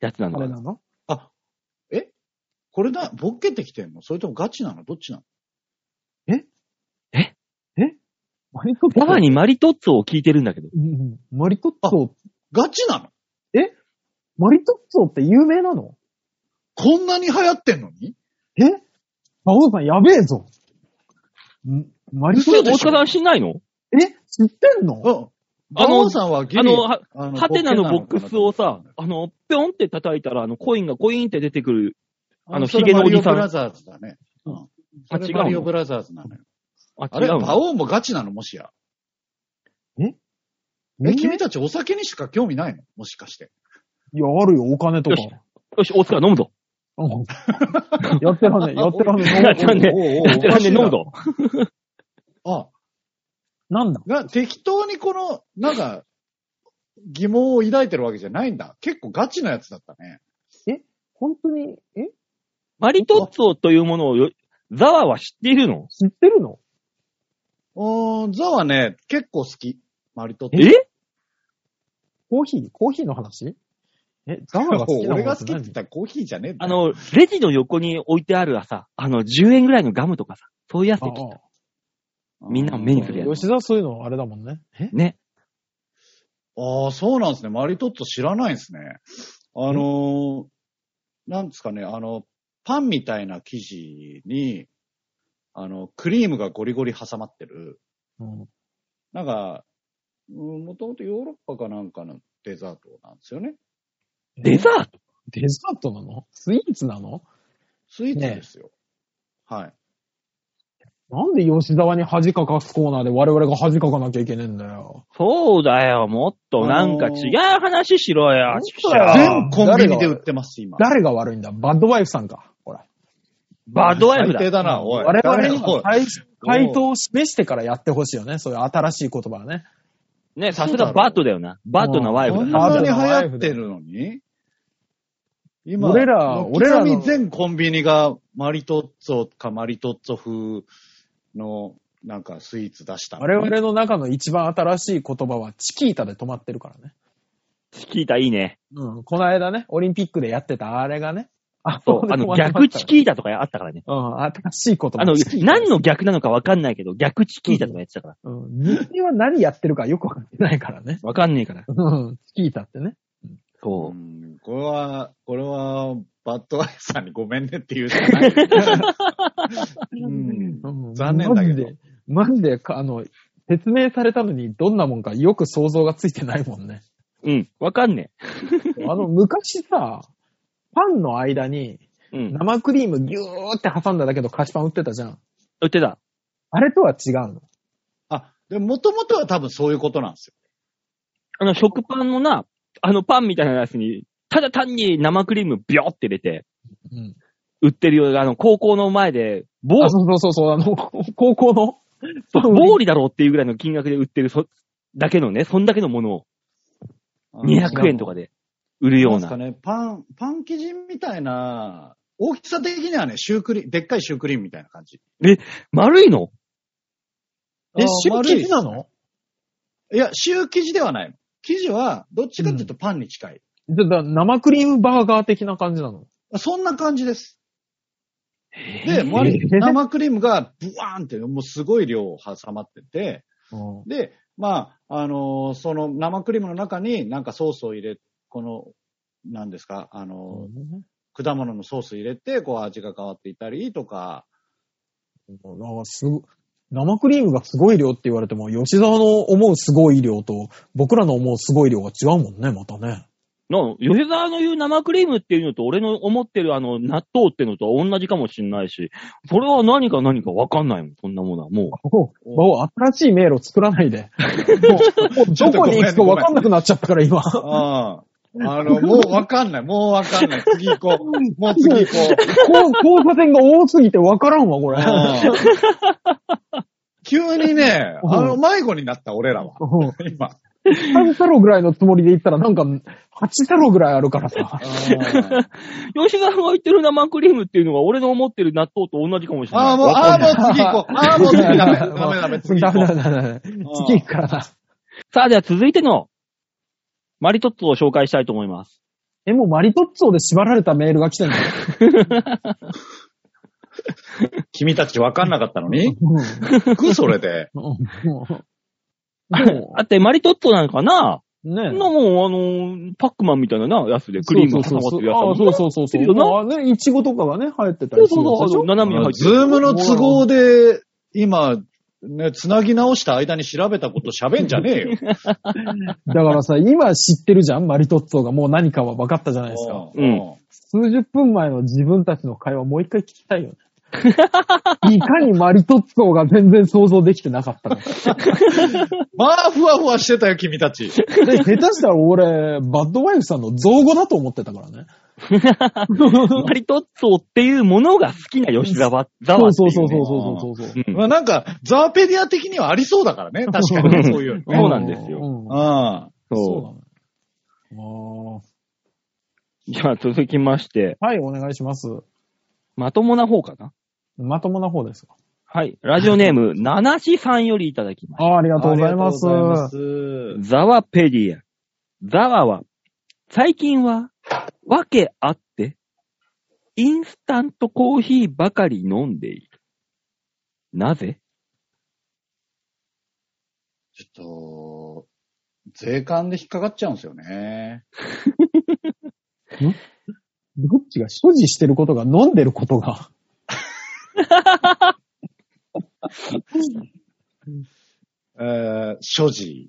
やつなのあれかななのあ、えこれだ、ボッケてきてんのそれともガチなのどっちなのマリトッツォママにマリトッツォを聞いてるんだけど。うんうんマリトッツォ、ガチなのマリトッツォって有名なのこんなに流行ってんのにえ馬王さんやべえぞ。んマリトそッれ、ツ大ォ塚さん知んないのえ知ってんのうあん。の馬王さんはギリあの、は、あのハテナのボックスをさボッケなのかなと思ったんだけど、あの、ぴょんって叩いたら、あの、コインがコインって出てくる。あのそれヒゲのおじさんマリオブラザーズだね。うん。あ、そ違れうマリオのブラザーズなのよ。あ、あ違れ、う馬の王もガチなのもしや。ええ、君たちお酒にしか興味ないのもしかして。いや、あるよ、お金とかよ。しよし、大塚飲むぞ。うんやってらんねえ、やってらんやっねてらんねおうおうおうだっておなかんしでいな飲むぞ。あ、え。なんだが、適当にこの、なんか、疑問を抱いてるわけじゃないんだ。結構ガチなやつだったね。本当に、えマリトッツォというものをよ、ザワは知っているの知ってるのうーん、ザはね、結構好き。マリトッツォ。えコーヒーコーヒーの話え、ザワが好きな *laughs* 俺のが好きって言ったらコーヒーじゃねえんだあよ、の、レジの横に置いてあるさ、あの、10円ぐらいのガムとかさ、そういうやつで聞いた。みんなも目にするやつ吉田そういうのあれだもんね。えね。ああ、そうなんですね。マリトッツォ知らないんですね。あのーなんですかね、あの、パンみたいな生地に、あの、クリームがゴリゴリ挟まってる。うんなんか、うんもともとヨーロッパかなんかのデザートなんですよね。デザートデザートなのスイーツなのスイーツですよ。はい。なんで吉沢に恥かかすコーナーで我々が恥かかなきゃいけねえんだよ。そうだよ、もっとなんか違う話しろよ、ちくしょうあー全コンビニで売ってます、今。誰が悪いんだバッドワイフさんか。ほら。バッドワイフだ最低。だな、おい。我々誰にだおもい回回答を示してからやってほしいよね。そういう新しい言葉はね。ね、さすがバッドだよな。バッドなワイこフんだ。なに流行ってるのに今、俺ら軒俺ら並のみ全コンビニがマリトッツォかマリトッツォ風のなんかスイーツ出した。我々の中の一番新しい言葉はチキータで止まってるからね。チキータいいね。うん。この間ね、オリンピックでやってたあれがね。あそう、あの、逆チーキータとかあったからね。タ。うん、新しい言葉。あのチキ、ータ何の逆なのかわかんないけど、逆チキータとかやってたから。うん。人間は何やってるかよくわかってないからね。わかんねえから。うん。チキータってね。そうう。んこれは、これは、バッドワイフさんにごめんねって言うしかない。うんうん残念だけマジど。で、マジでか、あの、説明されたのにどんなもんかよく想像がついてないもんね。うん、わかんねあの、昔さ、パンの間にえ。うん。生クリームギューって挟んだだけど菓子パン売ってたじゃん。売ってた。あれとは違うの。あ、でもともとは多分そういうことなんですよ。あの、食パンのな、あのパンみたいなやつに、ただ単に生クリームビョーって入れて、うん。売ってるような、あの、高校の前で、ボーあ、そうそうそうそう、*laughs* あの、高校の。そう、暴利だろうっていうぐらいの金額で売ってる、そ、だけのね、そんだけのものを200円とかで売るようですかな。ね、パン、パン生地みたいな、大きさ的にはね、シュークリーム、でっかいシュークリームみたいな感じ。丸いのえ、あーシュー丸い生地なのいや、シュー生地ではないの。生地は、どっちかっていうとパンに近い。だだ生クリームバーガー的な感じなの。そんな感じです。で、も周りえー生クリームがブワーンって、もうすごい量挟まってて、うん。で、まあ、あのーその生クリームの中になんかソースを入れ、この、なんですか、あのー果物のソース入れて、こう味が変わっていたりとか、なんかすご生クリームがすごい量って言われても、吉沢の思うすごい量と、僕らの思うすごい量が違うもんね、またね。な、吉沢の言う生クリームっていうのと、俺の思ってるあの、納豆っていうのとは同じかもしんないし、それは何か何かわかんないもん、そんなものは。もおお新しい迷路作らないで。 *laughs* もうもうどこに行くか分かんなくなっちゃったから、今。ああ、あの、もうわかんない、もうわかんない、次行こう、もう次行 *laughs* こう。こう交差点が多すぎて分からんわ、これ。急にね、うんあの、迷子になった俺らは、うん今。 3太郎ぐらいのつもりで行ったらなんか、8太郎ぐらいあるからさ。吉沢が言ってる生クリームっていうのが俺の思ってる納豆と同じかもしれない。ああ、もう、ああ、もう次行こう。ああ、もう次ダメ、ダメダメ、次行ダこメう。ダメダメ。次行くからな。さあ、では続いての、マリトッツォを紹介したいと思います。え、もうマリトッツォで縛られたメールが来てんの君たち分かんなかったのにうん行くそれで。もう、 *laughs* あって、マリトッツォなんかな、ねな、もう、あのー、パックマンみたいなな、やつでクリームが挟まってるやつああ、そうそうそうそう。なまあね、いちごとかがね、入ってたそうりするそうそうやつでしょあの斜めに入ってズームの都合で、今、ね、つなぎ直した間に調べたこと喋んじゃねえよ。だからさ、今知ってるじゃんマリトッツォがもう何かは分かったじゃないですか。うん数十分前の自分たちの会話もう一回聞きた *laughs* いよね。いかにマリトッツォが全然想像できてなかったか。 *laughs* まあ、ふわふわしてたよ、君たち。で、下手したら俺、バッドワイフさんの造語だと思ってたからね。マリトッツォっていうものが好きな吉沢、ザそワうってい、そううね。そうそうそうそうそう。うんまあ、なんか、ザーペディア的にはありそうだ *laughs* からね。確かにね、そういうのね。そうなんですようんうん。はそそうなのよう。じゃあ続きまして、あーはい、お願いします。まともな方かなまともな方ですか。はい。ラジオネーム、七七さんよりいただきましあーありあがとうございます。りがとうございますた。ザワペディア。ザワは、最近は、わけあって、インスタントコーヒーばかり飲んでいる。なぜちょっと、税関で引っかかっちゃうんですよね。グッチが所持してること *laughs* が飲んでることが。えー、所持。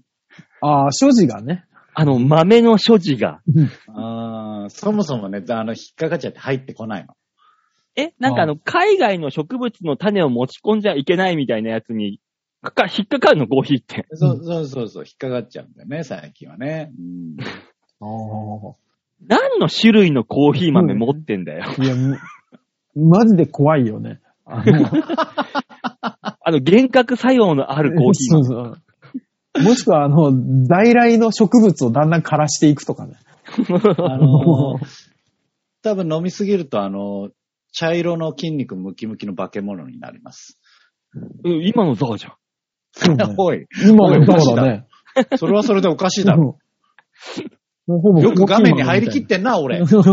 ああ、所持がね。あの、豆の所持が。あーそもそもね、あの、引っかかっちゃって入ってこないの。え、なんかあの、海外の植物の種を持ち込んじゃいけないみたいなやつに、かか、引っかかるの、コーヒーって。そうそうそうそう、引っかかっちゃうんだよね、最近はね。うんあ *laughs* 何の種類のコーヒー豆うん持ってんだよ。あ。いや、むマジで怖いよね。あの *laughs* あの、幻覚作用のあるコーヒー *laughs* そう豆。そう。もしくは、あの、在来の植物をだんだん枯らしていくとかね。 *laughs* あのー多分飲みすぎると、あのー茶色の筋肉ムキムキの化け物になります。うん今のザワじゃん。 *laughs* そうね *laughs* おい、 *laughs* 今のだからね。それはそれでおかしいだろ。もうほぼよく画面に入りきってんな、俺。そん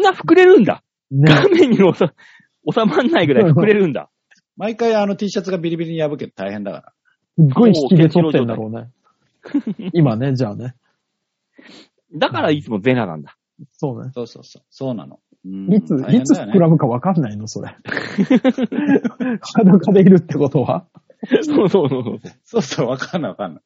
な膨れるんだ。 *laughs* ね画面に収収まんないぐらい膨れるんだ。毎回あの T シャツがビリビリに破けて大変だから。すっごい引きで撮ってんだろう *laughs* ね。今ね、じゃあね。だからいつもゼラなんだ。そうね。そうそうそう。そうなの。うんいつ、大変いつだよね膨らむかわかんないの、それ。 *laughs* 裸でいるってことはそうそう *laughs* そう。そうそう、わかんないわかんない。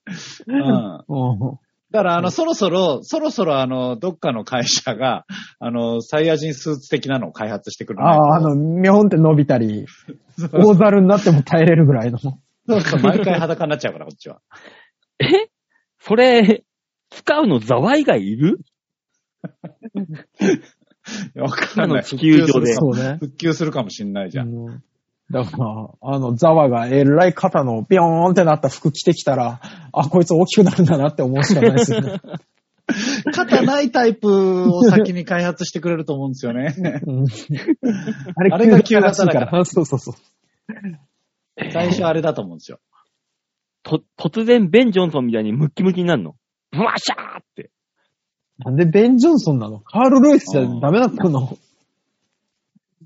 うん。うん。だから、あの、そろそろ、そろそろ、あの、どっかの会社が、あの、サイヤ人スーツ的なのを開発してくれあないとあ、あの、みょんって伸びたり、大猿になっても耐えれるぐらいの。そうそう、毎回裸になっちゃうから、こっちは。えそれ、使うのザワ以外いるいやわかん今なのい。地球上で復旧するかそうもね。復旧するかもしんないじゃ。うんんだから、あの、ザワがえらい肩のビヨーンってなった服着てきたら、あ、こいつ大きくなるんだなって思うしかないですよ *laughs* ね。肩ないタイプを先に開発してくれると思うんです *laughs* よね。うんあれあれが旧型だか *laughs* らそうそうそう。最初あれだと思うんですよ。と、突然ベン・ジョンソンみたいにムッキムキになるの。ブワシャーって。なんでベン・ジョンソンなのカール・ルイスじゃダメだったの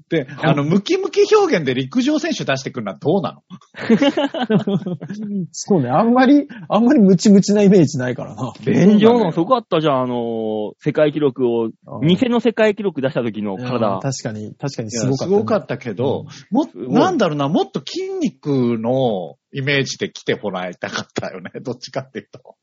で、あの、ムキムキ表現で陸上選手出してくるのはどうなの *laughs* そうね、あんまり、あんまりムチムチなイメージないからな。ベン・ジョンソンすごかったじゃん。あの、世界記録を、偽の世界記録出した時のうん体。確かに、確かにいやすごかった、すごかったけど、もっと、ごいなんだろうな、もっと筋肉のイメージで来てもらいたかったよね。 *laughs* どっちかっていうと。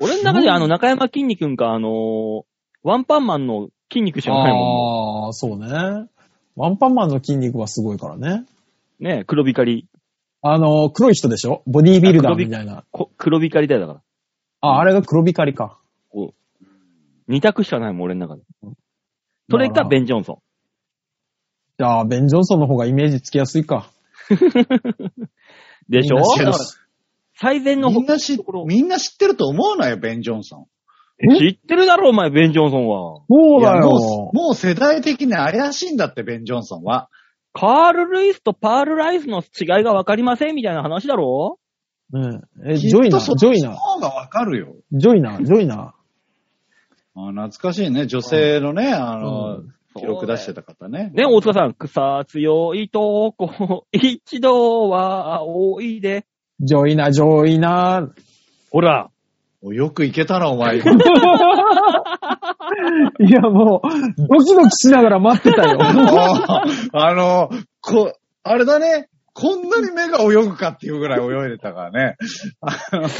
俺の中であの、中山筋肉くんか、あの、ワンパンマンの筋肉しかないもん。ああー、そうね。ワンパンマンの筋肉はすごいからね。ね黒光り。あの、黒い人でしょボディービルダーみたいな。こ黒光りだよ、だから。あ、あれが黒光りか。二択しかないもん、俺の中で。それか、ベン・ジョンソン。じゃあ、ベン・ジョンソンの方がイメージつきやすいか。でしょみんな知って世る最善のみんな知ところ、みんな知ってると思うなよ、ベン・ジョンソン。え知ってるだろ、お前、ベン・ジョンソンは。そういだやよも。う、もう世代的に怪しいんだって、ベン・ジョンソンは。カール・ルイスとパール・ライスの違いがわかりませんみたいな話だろうん。え、ジョイナきっとそー、ジョイナーその、方がわかるよ。ジョイナー、ジョイナあ懐かしいね。女性のね、あー。の、うん記録出してた方ね。ね、大塚さん、草強いとこ、一度はおいで。ジョイナー、ジョイナー。ほら、およくいけたな、お前。 *laughs* いや、もう、ドキドキしながら待ってた *laughs* よ。あー *laughs* あの、こ、あれだね。こんなに目が泳ぐかっていうぐらい泳いでたからね。それもやっ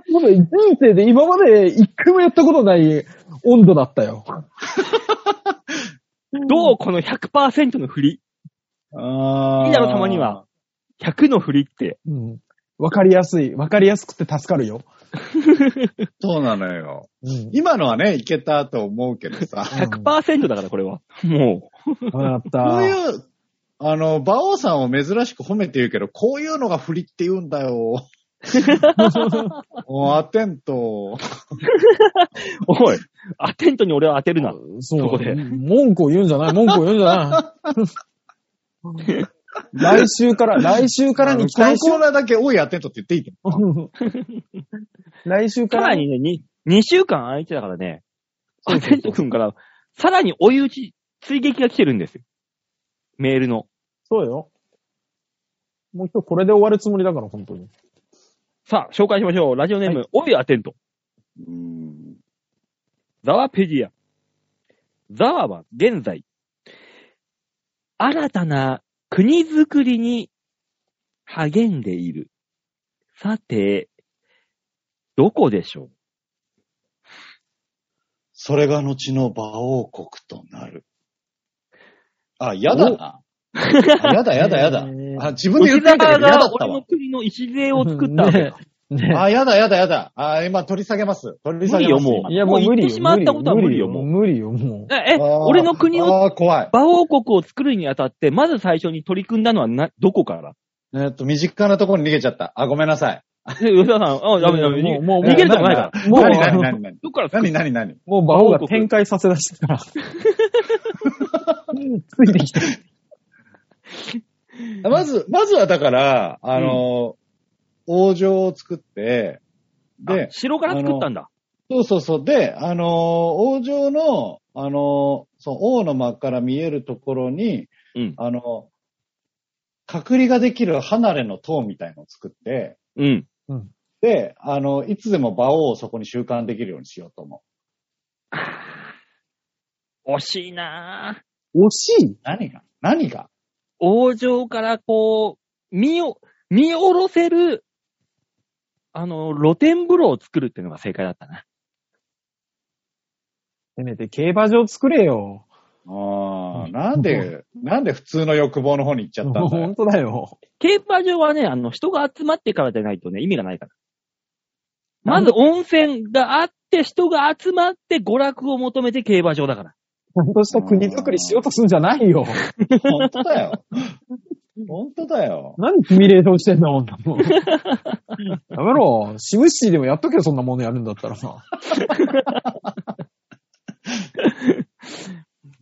たことない人生で今まで一回もやったことない温度だったよ。どうこの100%の振り。あーいいだろたまには。100の振りって。うん。わかりやすい。わかりやすくて助かるよ。そうなのよ。うん。今のはね、いけたと思うけど *laughs* さ。 100%だから、これは。も危なかっこうた。いう、あの、馬王さんを珍しく褒めて言うけど、こういうのが振りって言うんだ *laughs* よ。もうアテント。う、おい、アテントに俺は当てるな。そうそこで文句を言うんじゃない文句を言うんじゃない *laughs* 来週から、来週からに期この待しコよーナーだけ、おい、アテントって言っていいのう。来週かさららにね、に2週間空いてたからね、アテント君から、さらに追い打ち、追撃が来てるんですよ。メールの。そうよ。もう今日これで終わるつもりだから、本当に。さあ、紹介しましょう。ラジオネーム、おいアテント。うんザワペディア。ザワは現在、新たな国づくりに励んでいる。さて、どこでしょうそれが後の馬王国となる。あ、やだ *laughs* な。あやだやだやだえ。ーあ、自分で言ってみたけど、やだっがた俺の *laughs* わ。国の礎を作ったわけだ。ねねあ、やだやだやだ。あ、今取り下げます。取り下げます。無理よ今うもう言ってしまったことは無理よもう無理よ、もう。え、えあー俺の国を、あー怖い。馬王国を作るにあたって、まず最初に取り組んだのはな、どこ *laughs* からえーっと、身近なところに逃げちゃった。あ、ごめんなさい。え吉田さん、あ、ダメダメ、逃もうもうげるとこないから。もう、何何何何どっから作何る何何もう馬王が展開させ出し *laughs* てから。ついてきて。まず、まずはだから、あの、王城を作って、であ、城から作ったんだ。そうそうそう。で、あのー王城の、あのーその王の間から見えるところに、うん。あのー隔離ができる離れの塔みたいのを作って、うん。で、あのーいつでも馬王をそこに収監できるようにしようと思う。惜しいなぁ。惜しい何が何が王城からこう、見よ、見下ろせる、あの、露天風呂を作るっていうのが正解だったな。せめて競馬場作れよ。あうあ、んなんで、なんで普通の欲望の方に行っちゃったんだ本 *laughs* よ。当だよ。競馬場はね、あの、人が集まってからでないとね、意味がないから。まず温泉があって、人が集まって娯楽を求めて競馬場だから。ちゃんとした国づくりしようとするんじゃないよ。本当だよ。 *laughs* 本当だよ。何シミュレーションしてんだもんなもうやめろ。シムシティでもやっとけよ、そんなものやるんだったらさ。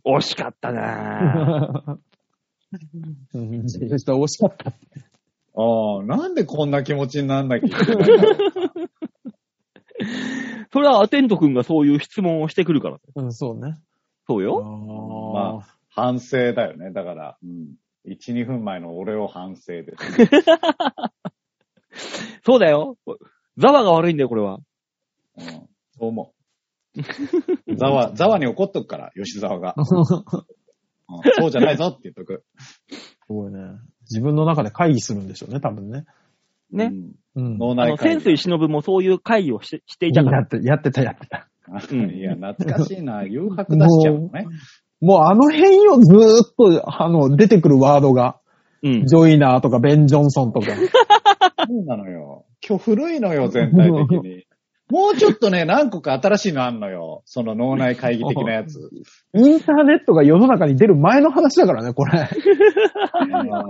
惜しかった *laughs* なぁ。うん、そしたら惜しかった。ああ、なんでこんな気持ちになんなきゃいけないんだろう。それはアテント君がそういう質問をしてくるから。うん、そうね。そうあよ。 *laughs* ーま反省だよね。だから、うん。1、2分前の俺を反省です。そうだよ。ザワが悪いんだよ、これは。うん。そう思う。ざわ、ざわに怒っとくから、吉 *laughs* 沢が。うんそうじゃないぞって言っとく。すごいね。自分の中で会議するんでしょうね、多分ね。ねうんうん。脳あ内の、会潜議。水忍もそういう会議をしてしていたから。って、やってた、やってた。うん *laughs* いや、懐かしいな。誘白出しちゃうのね。もうあの辺よ、ずーっと、あの、出てくるワードが。うん。ジョイナーとか、ベン・ジョンソンとか。 *laughs* そうなのよ。今日古いのよ、全体的に。もうちょっとね、何個か新しいのあんのよ。その脳内会議的な *laughs* やつ。インターネットが世の中に出る前の話だからね、これ。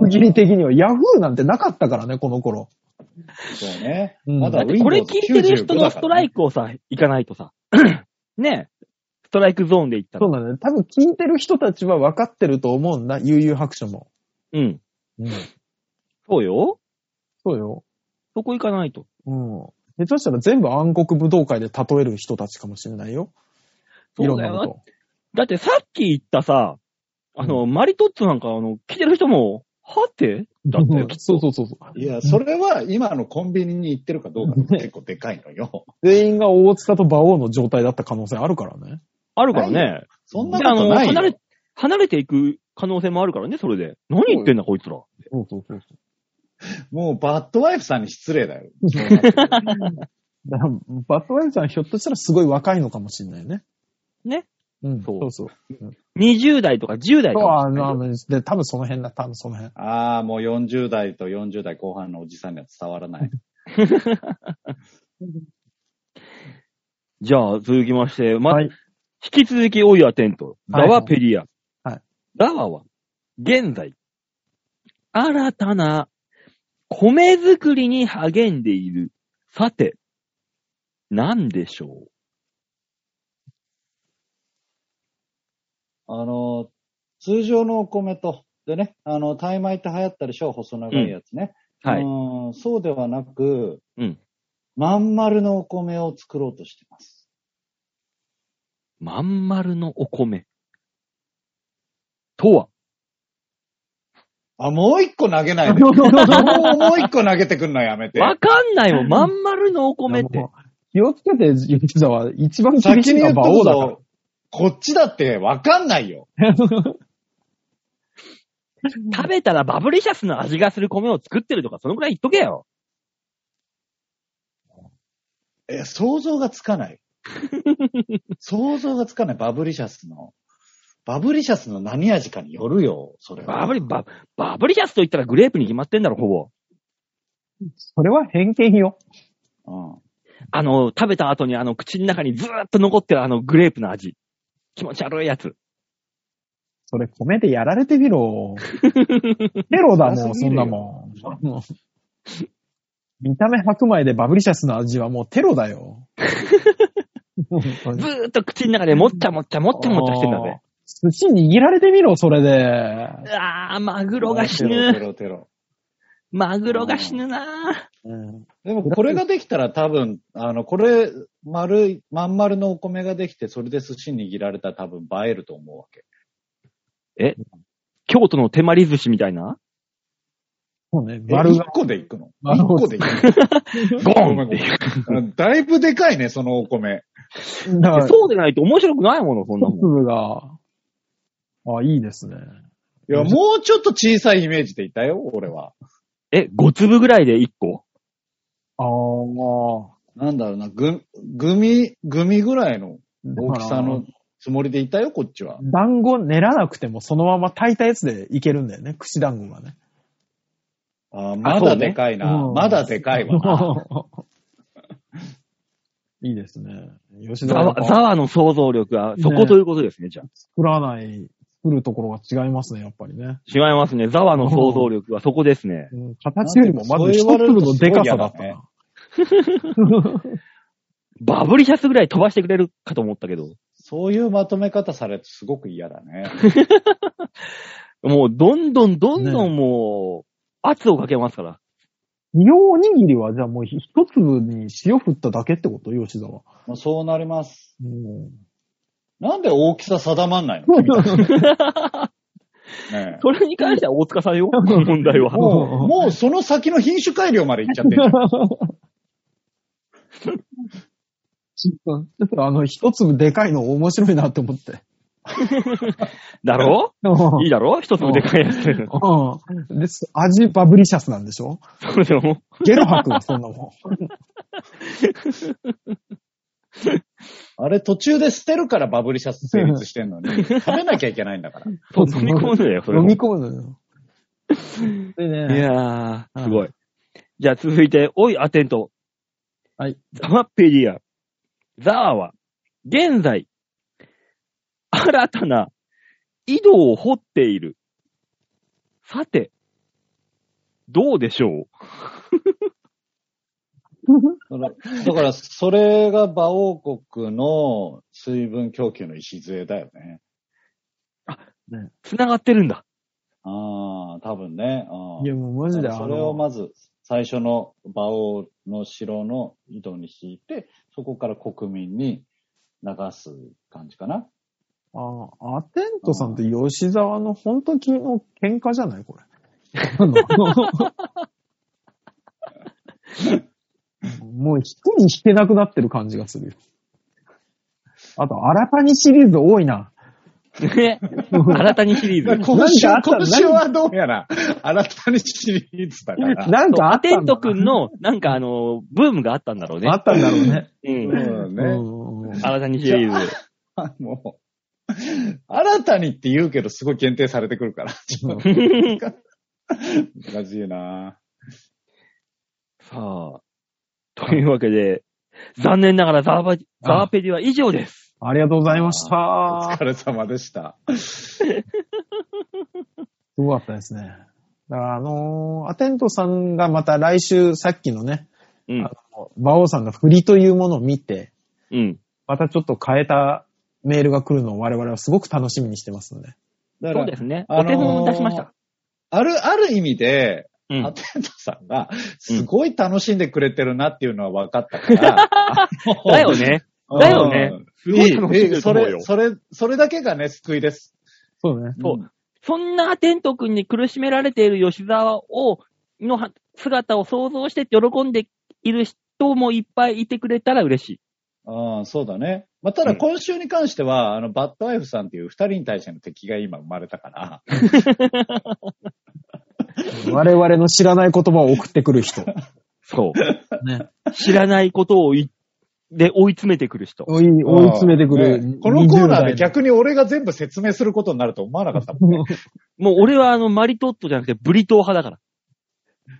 区切り的には。ヤフーなんてなかったからね、この頃。そうね。うんまだだってこれ Windows 聞いてる人のストライク。クをさ、行かないとさ、 *clears throat* ねえ、ストライクゾーンで行ったそうの。だね。多分聞いてる人たちは分かってると思うんだ、悠々白書も。うん。うん。そうよ。そうよ。そこ行かないと。うん。下手したら全部暗黒武道会で例える人たちかもしれないよ。いそろうんだなよこだってさっき言ったさ、あの、マリトッツォなんか、あの、来てる人も、はってだと。ったよ、きっと *laughs* そうそうそうそう。いや、それは今のコンビニに行ってるかどうか *laughs* って結構でかいのよ。全員が大塚と馬王の状態だった可能性あるからね。あるからね。そんなで、こあとの、ないよ。離れ、離れていく可能性もあるからね、それで。何言ってんだ、こいつら。そうそうそうそう。もうバッドワイフさんに失礼だよ。だからバッドワイルさんひょっとしたらすごい若いのかもしれないね。ね。うん。そうそうそう。 20代とか10代とそう、あか。の、あので、多分その辺だ、多分その辺。ああ、もう40代と40代後半のおじさんには伝わ *laughs* らない。じゃあ、続きまして、ま、はい引き続き、オイアテント。ダワペリア。はい。ダワは、現在、新たな米作りに励んでいる。さて、何でしょあの、通常のお米と、でね、あの、タイ米って流行ったでしょ細長いやつね。うはい。うんそうではなく、うんまん丸のお米を作ろうとしてます。まん丸のお米。とは、あ、もう一個投げないで。も *laughs* うもう一個投げてくんのやめて。わかんないもん。まん丸のお米っいやても。う気をつけて、吉沢は一番厳し先いにの言は馬っと王くだからぞ。こっちだってわかんないよ。。食べたらバブリシャスの味がする米を作ってるとか、そのくらい言っとけよ。え、想像がつか *laughs* ない。想像がつかない。バブリシャスの。バブリシャスの何味かによるよ、それは。バブリ、バ、バブリシャスと言ったらグレープに決まってんだろ、ほぼ。それは偏見よ。うん。あの、食べた後にあの、口の中にずーっと残ってるあの、グレープの味。気持ち悪いやつ。それ米でやられてみ *laughs* ろ。テロだもん、そんなもん。見た目白米でバブリシャスの味はもうテロだよ。 *laughs* 本当ずにーっと口の中でもっちゃもっちゃもっちゃもっちゃしてんだぜ。寿司握られてみろ、それで。うわー、マグロが死テぬ。ロテロテロ。マグロが死ぬなうんでもこれができたら多分、あの、これ、丸い、まん丸のお米ができて、それで寿司握られたら多分映えると思うわけ。京都の手まり寿司みたいなそうね、え丸一が。個でいくの丸一ごと個でいくのゴごーンめっんてごいう。めんだいぶでかいね、そのお米。だからそうでないと面白くないもの、そんな一 *laughs* もん。粒が。あ、いいですね。いや、もうちょっと小さいイメージでいたよ、俺は。え、5粒ぐらいで1個ああ。なんだろうな、ぐ、グミ、グミぐらいの大きさのつもりでいたよ、こっちは。団子練らなくてもそのまま炊いたやつでいけるんだよね。串団子がね。あーあまそうだねでかいな。うんまだでかいわ *laughs* な。 *laughs* いいですね。吉ザ田はワ、ザワの想像力はそこねということですね、じゃあ。作らない、作るところが違いますね、やっぱりね。違いますね。ザワの想像力はそこですね。うん形よりもまず一そう言われ粒るとのすごデいカさ嫌だだったねな。バブリシャスぐらい飛ばしてくれるかと思ったけど、そういうまとめ方されるとすごく嫌だね。もうどんどんどんどんもう、圧をかけますから。二おにぎりはじゃあもう一粒に塩振っただけってこと吉田は。もうそうなります。うんなんで大きさ定ま *laughs* んないの君たちねえそれに関しては大塚さん *laughs* よ、この問題は。もう、 *laughs* もうその先の品種改良まで行っちゃっ *laughs* てる。ちょっとあの一粒でかいの面白いなって思って。だろうんいいだろ一つもでかいやつ。うん。です。味バブリシャスなんでしょそうでも、ゲロ吐くわ、そんなもあれ途中で捨てるからバブリシャス成立してんのに、食べなきゃいけないんだから。そう飲み込むんだよ、そん。れ飲も。みい込むのよ。でね。やー、うんすごい。じゃあ続いて、おい、アテント。はい。ザワペディア。ザワは、現在、新たな井戸を掘っている。さて、どうでしょうだから、それが馬王国の水分供給の礎だよね。繋がってる *laughs* んだ。ああ、多分ね。あーいや、もうマジで、あそれをの、まず、最初の馬王の城の井戸に引いて、そこから国民に流す感じかな。あアテントさんと吉沢の本当昨日喧嘩じゃないこれ。あの *laughs* もう一人引けなくなってる感じがするよ。あと、アラパニシリーズ多いな。ね。新たにシリーズ。今週週、あった今週はどうやら、新たにシリーズだから。なんかあアったテんンだト君の、なんかあの、ブームがあったんだろうねあ。ったんだろうね。うん。うそうだね。んうんうん新たにシリーズ。もう、新たにって言うけど、すごい限定されてくるから。ちょっと難しいなさあ。というわけで、残念ながらザーバ、ザーペディは以上です。ありがとうございましおた。疲れ様でした。すごかったですね。だから、あのーアテントさんがまた来週、さっきのね、うん。馬王さんが振りというものを見て、うん。またちょっと変えたメールが来るのを我々はすごく楽しみにしてますので。そうだからですね。あおのー手本を出しました。ある、ある意味で、うんア。テンドさんが、すごい楽しんでくれてるなっていうのは分かった *laughs* から。だよね。うんだよね。すごい楽しんいでいるとそ思うよれ、。それ、それだけがね、救いです。そうね。そうんそんなアテント君に苦しめられている吉沢を、の姿を想像して喜んでいる人もいっぱいいてくれたら嬉しい。ああ、そうだね。まあ、ただ今週に関しては、あの、バッドアイフさんっていう二人に対しての敵が今生まれたから、我々の知らない言葉を送ってくる *laughs* 人。そう。ね。知らないことをい、で追い詰めてくる人。追い、追い詰めてくる、ねこのコーナーで20逆に俺が全部説明することになると思わなかったもん。代の。もう俺はあの、マリトットじゃなくてブリトー派だから。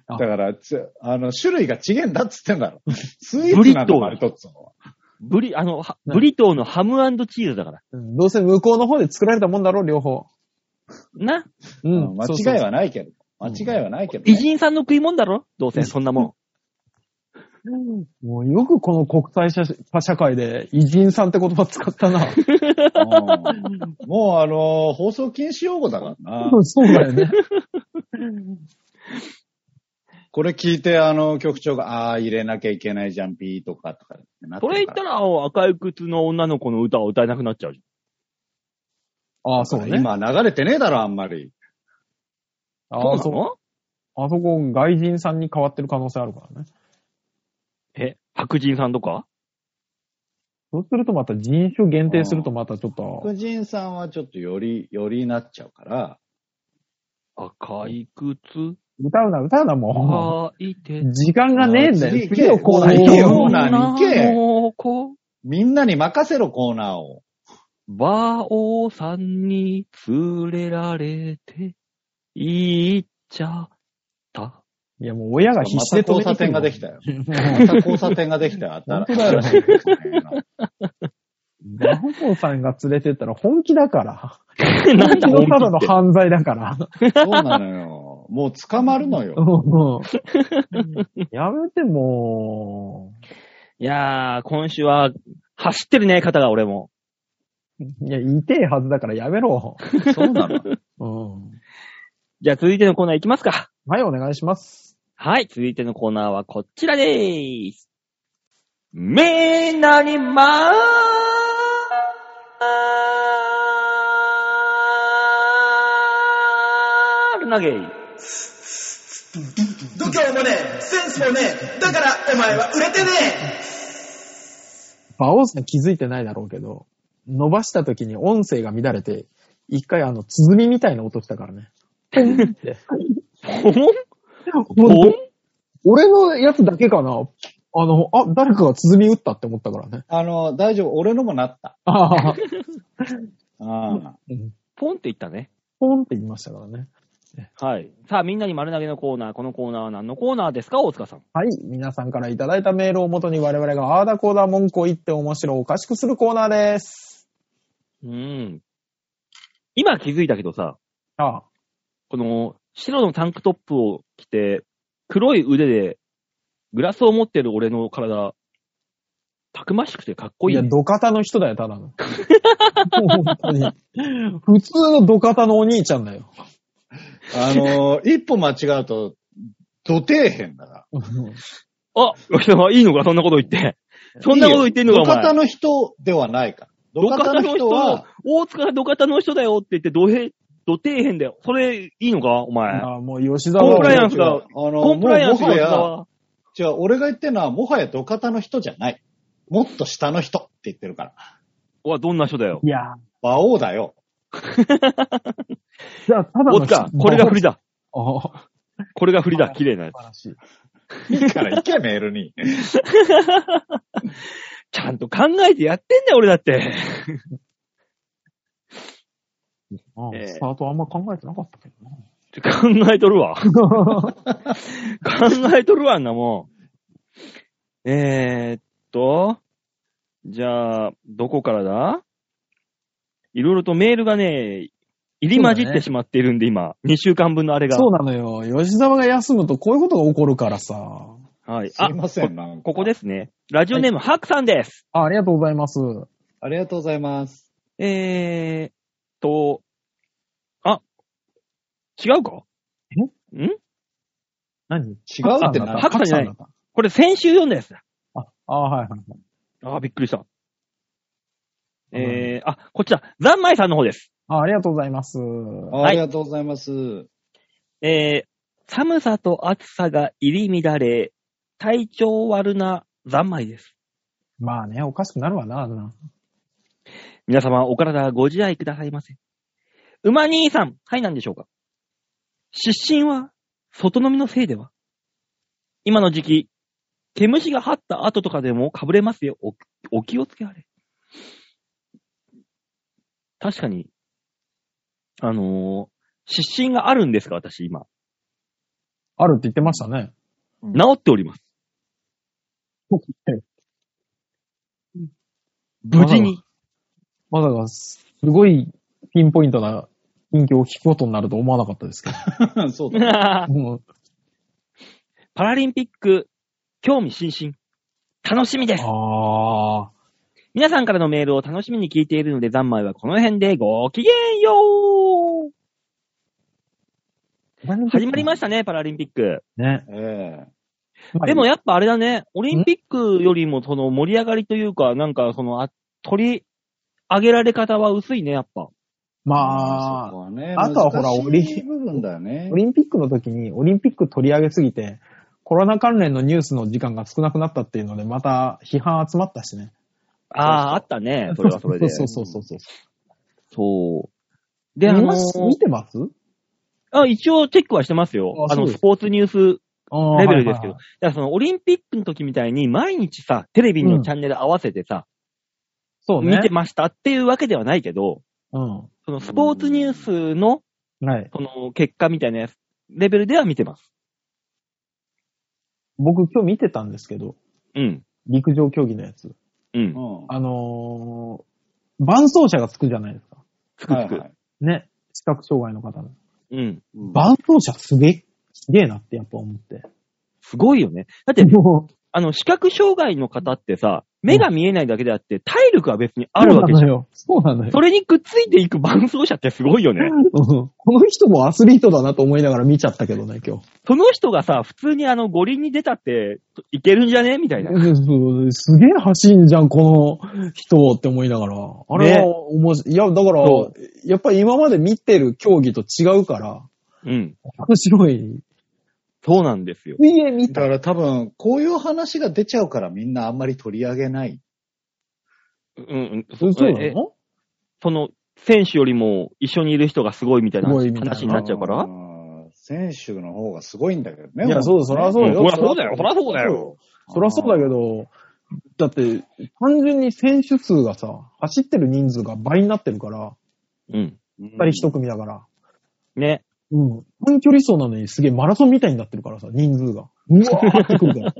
あだから、つあの、種類が違えんだっつってんだろ。スイーツなんだ、マリトッツォは。ブリ、あの、はねブリトーのハムチーズだから。うんどうせ向こうの方で作られたもんだろう、両方。なううん間違いはないけど。間そうそう違いはないけどね。美人さんの食い物だろどうせ、そんなもん。もうよくこの国際社社会で偉人さんって言葉使った *laughs* な。うんもうあのー放送禁止用語だからな。 *laughs* そうだよね。これ聞いて、あの、局長が、ああー、入れなきゃいけないじゃん、ピーとか、とかってなっ *laughs* てそれ言るかったら。ら、赤い靴の女の子の歌を歌えなくなっちゃうじああ、そうね。今流れてねえだろ、あんまり。ゃん。そあうあ、なそう。のあそこ外人さんに変わってる可能性あるからね。え白人さんとかそうするとまた人種限定するとまたちょっと黒、人さんはちょっとより、よりなっちゃうから、赤い靴歌うな、歌うな、も。履いうて。時間がねえんだ次よ。行け次のコーナー行いけいよよ。ナーに行け女の子みんなに任せろ、コーナーを。馬王さんに連れられて、行っちゃった。いや、もう親がま必死たで止めてく交差る点ができ *laughs* たよ。もまた交差点ができたよ。本当だよ新しいですねう、ラホコさんが連れてったら本気だから。 *laughs* なんだ本本気のただの気って。犯罪だから。そうなのよ。もう捕まるのよ。やめて、もいやー、今週は走ってるね、肩が俺も。う。いや、痛えはずだからやめろ。そうなの。うん。じゃあ続いてのコーナー行きますか。はい、お願いします。はい、続いてのコーナーはこちらでーす。みんなにまーる投げ。度胸もねえセンスもねえだからお前は売れてね馬王さん気づいてないだろうけど、伸ばした時に音声が乱れて、一回あの、鼓みたいな音したか *laughs* らね。ポンって。ポンポ本ン当俺のやつだけかなあの、あ、誰かが鼓打ったって思ったから *laughs* ね。あの、大丈夫。俺のもなった。ああ、うんうんポンって言ったね。ポンって言いましたからね。はい。さあ、みんなに丸投げのコーナー。このコーナーは何のコーナーですか大塚さん。はい。皆さんからいただいたメールをもとに我々があーだこーだ文句を言って面白おかしくするコーナーです。うん。今気づいたけどさ、ああ。この白のタンクトップを着て、黒い腕でグラスを持ってる俺の体、たくましくてかっこいいや、ね、土方の人だよ、ただの。本当に。普通の土方のお兄ちゃんだよ。あのー、一歩間違うと、土底辺だから。あ、吉田いいのかそんなこと言って。そんなこと言ってんのか、いいおよ前土。方の人ではないから。土方の人は、大塚が土方の人だよって言って、土へ、土底辺だよ。それ、いいのかお前。ああ、もう吉沢コンプライアンはスが違うあの、もコうンもプライアンスはが吉田や、は。じゃあ俺が言ってるのは、もはや土方の人じゃない。もっと下の人って言ってるから。うわ、どんな人だよ。いや、馬王だよ。じゃあ、ただの大塚、これが振りだ。ああ、これが振りだ。綺麗なやつ。素晴らしい。いいから行け、メールに。ちゃんと考えてやってんだよ、俺だって。ああええスタートあんま考えてなかった *laughs* けどな。考えとるわ。考えとるわ、あんなもん。えー、っと、じゃあ、どこからだいろいろとメールがね、入り混じってしまっているんで、今。2週間分のあれが。そうなのよ。吉沢が休むとこういうことが起こるからさ。はい。すあい、ません、なんかここですね。ラジオネーム、ハクさんです。あありがとうございます。ありがとうございます。えーっと、あ、違うかん何違ハクさうっんてだなったハんクだ。さんじゃないハクさんだっこれ先週読んだやつだ。たあ、ああ、はいはいはい。あーびっくりした。えー、あ、こっちだ。ザンマイさんの方です。あありがとうございます。あありがとうござ *laughs* います。えー、寒さと暑さが入り乱れ、体調悪な三昧です。まあね、おかしくなるわな、あんな。皆様、お体ご自愛くださいませ。馬兄さん、はい、なんでしょうか失神は、外飲みのせいでは今の時期、毛虫が張った後とかでもかぶれますよ。おお気をつけあれ。確かに、あのー失神があるんですか私、今。あるって言ってましたね。治っております。無事に。 *laughs* まさか、すごいピンポイントな近況を聞くことになると思わなかったですけそうパだ。*laughs* ど。 *laughs* もうラリンピック、興味津々。楽しみです。ああ、皆さんからのメールを楽しみに聞いているので、残枚はこの辺でごきげんよう始まりましたね、パラリンピック。ね。えでもや、やっぱあれだね、オリンピックよりもその盛り上がりというか、なんかその、あ取り上げられ方は薄いね、やっぱ。えまそあ、こはね、あとはほら難しいオリ部分だよねオ。リンピックの時にオリンピック取り上げすぎて、コロナ関連のニュースの時間が少なくなったっていうので、また批判集まったしね。ああー、あったね、それはそれで。 *laughs* そうそうそうそう。そう。で、であ見のます見てますあ、一応チェックはしてますよ。ああその、うですスポーツニュースレレベルですけど。だからそのオリンピックの時みたいに毎日さ、テレビのチャンネル合わせてさ、そうね。見てましたっていうわけではないけど、うん。そのスポーツニュースの、はい。その結果みたいなやつ、レベルでは見てます。僕今日見てたんですけど、うん。陸上競技のやつ。うんう。ん。あのー、伴走者がつくじゃないですか。つくつく。はいはいね。視覚障害の方の。うん。うん伴走者すげえ、すげえなってやっぱ思って。すごいよね。だって、もうあの、視覚障害の方ってさ、目が見えないだけであって、体力は別にあるわけそじうなゃん。のよ。そうなのよそ。れにくっついていく伴走者ってすごいよね。うんこの人もアスリートだなと思いながら見ちゃったけどね、今日。その人がさ、普通にあの、五輪に出たって、いけるんじゃねみたいな。うんすげえ走んじゃん、この人って思いながら。あれはね面白い。いや、だからそ、やっぱり今まで見てる競技と違うから、うん。面白い。そうなんですよ。水泳見だた。から多分、こういう話が出ちゃうからみんなあんまり取り上げない。うんうん。そうなえのその、選手よりも一緒にいる人がすごいみたいなすごいみたいな話になっちゃうからう。ん選手の方がすごいんだけどね。いや、そう、そらそうよ。うんそりゃそうだよそりゃそうだよ。そらそうだけど、だって、単純に選手数がさ、走ってる人数が倍になってるから、うん。うん。二人一組だから、ね。 *laughs* うん。短距離走なのにすげえマラソンみたいになってるからさ、人数が。うわーってくるから。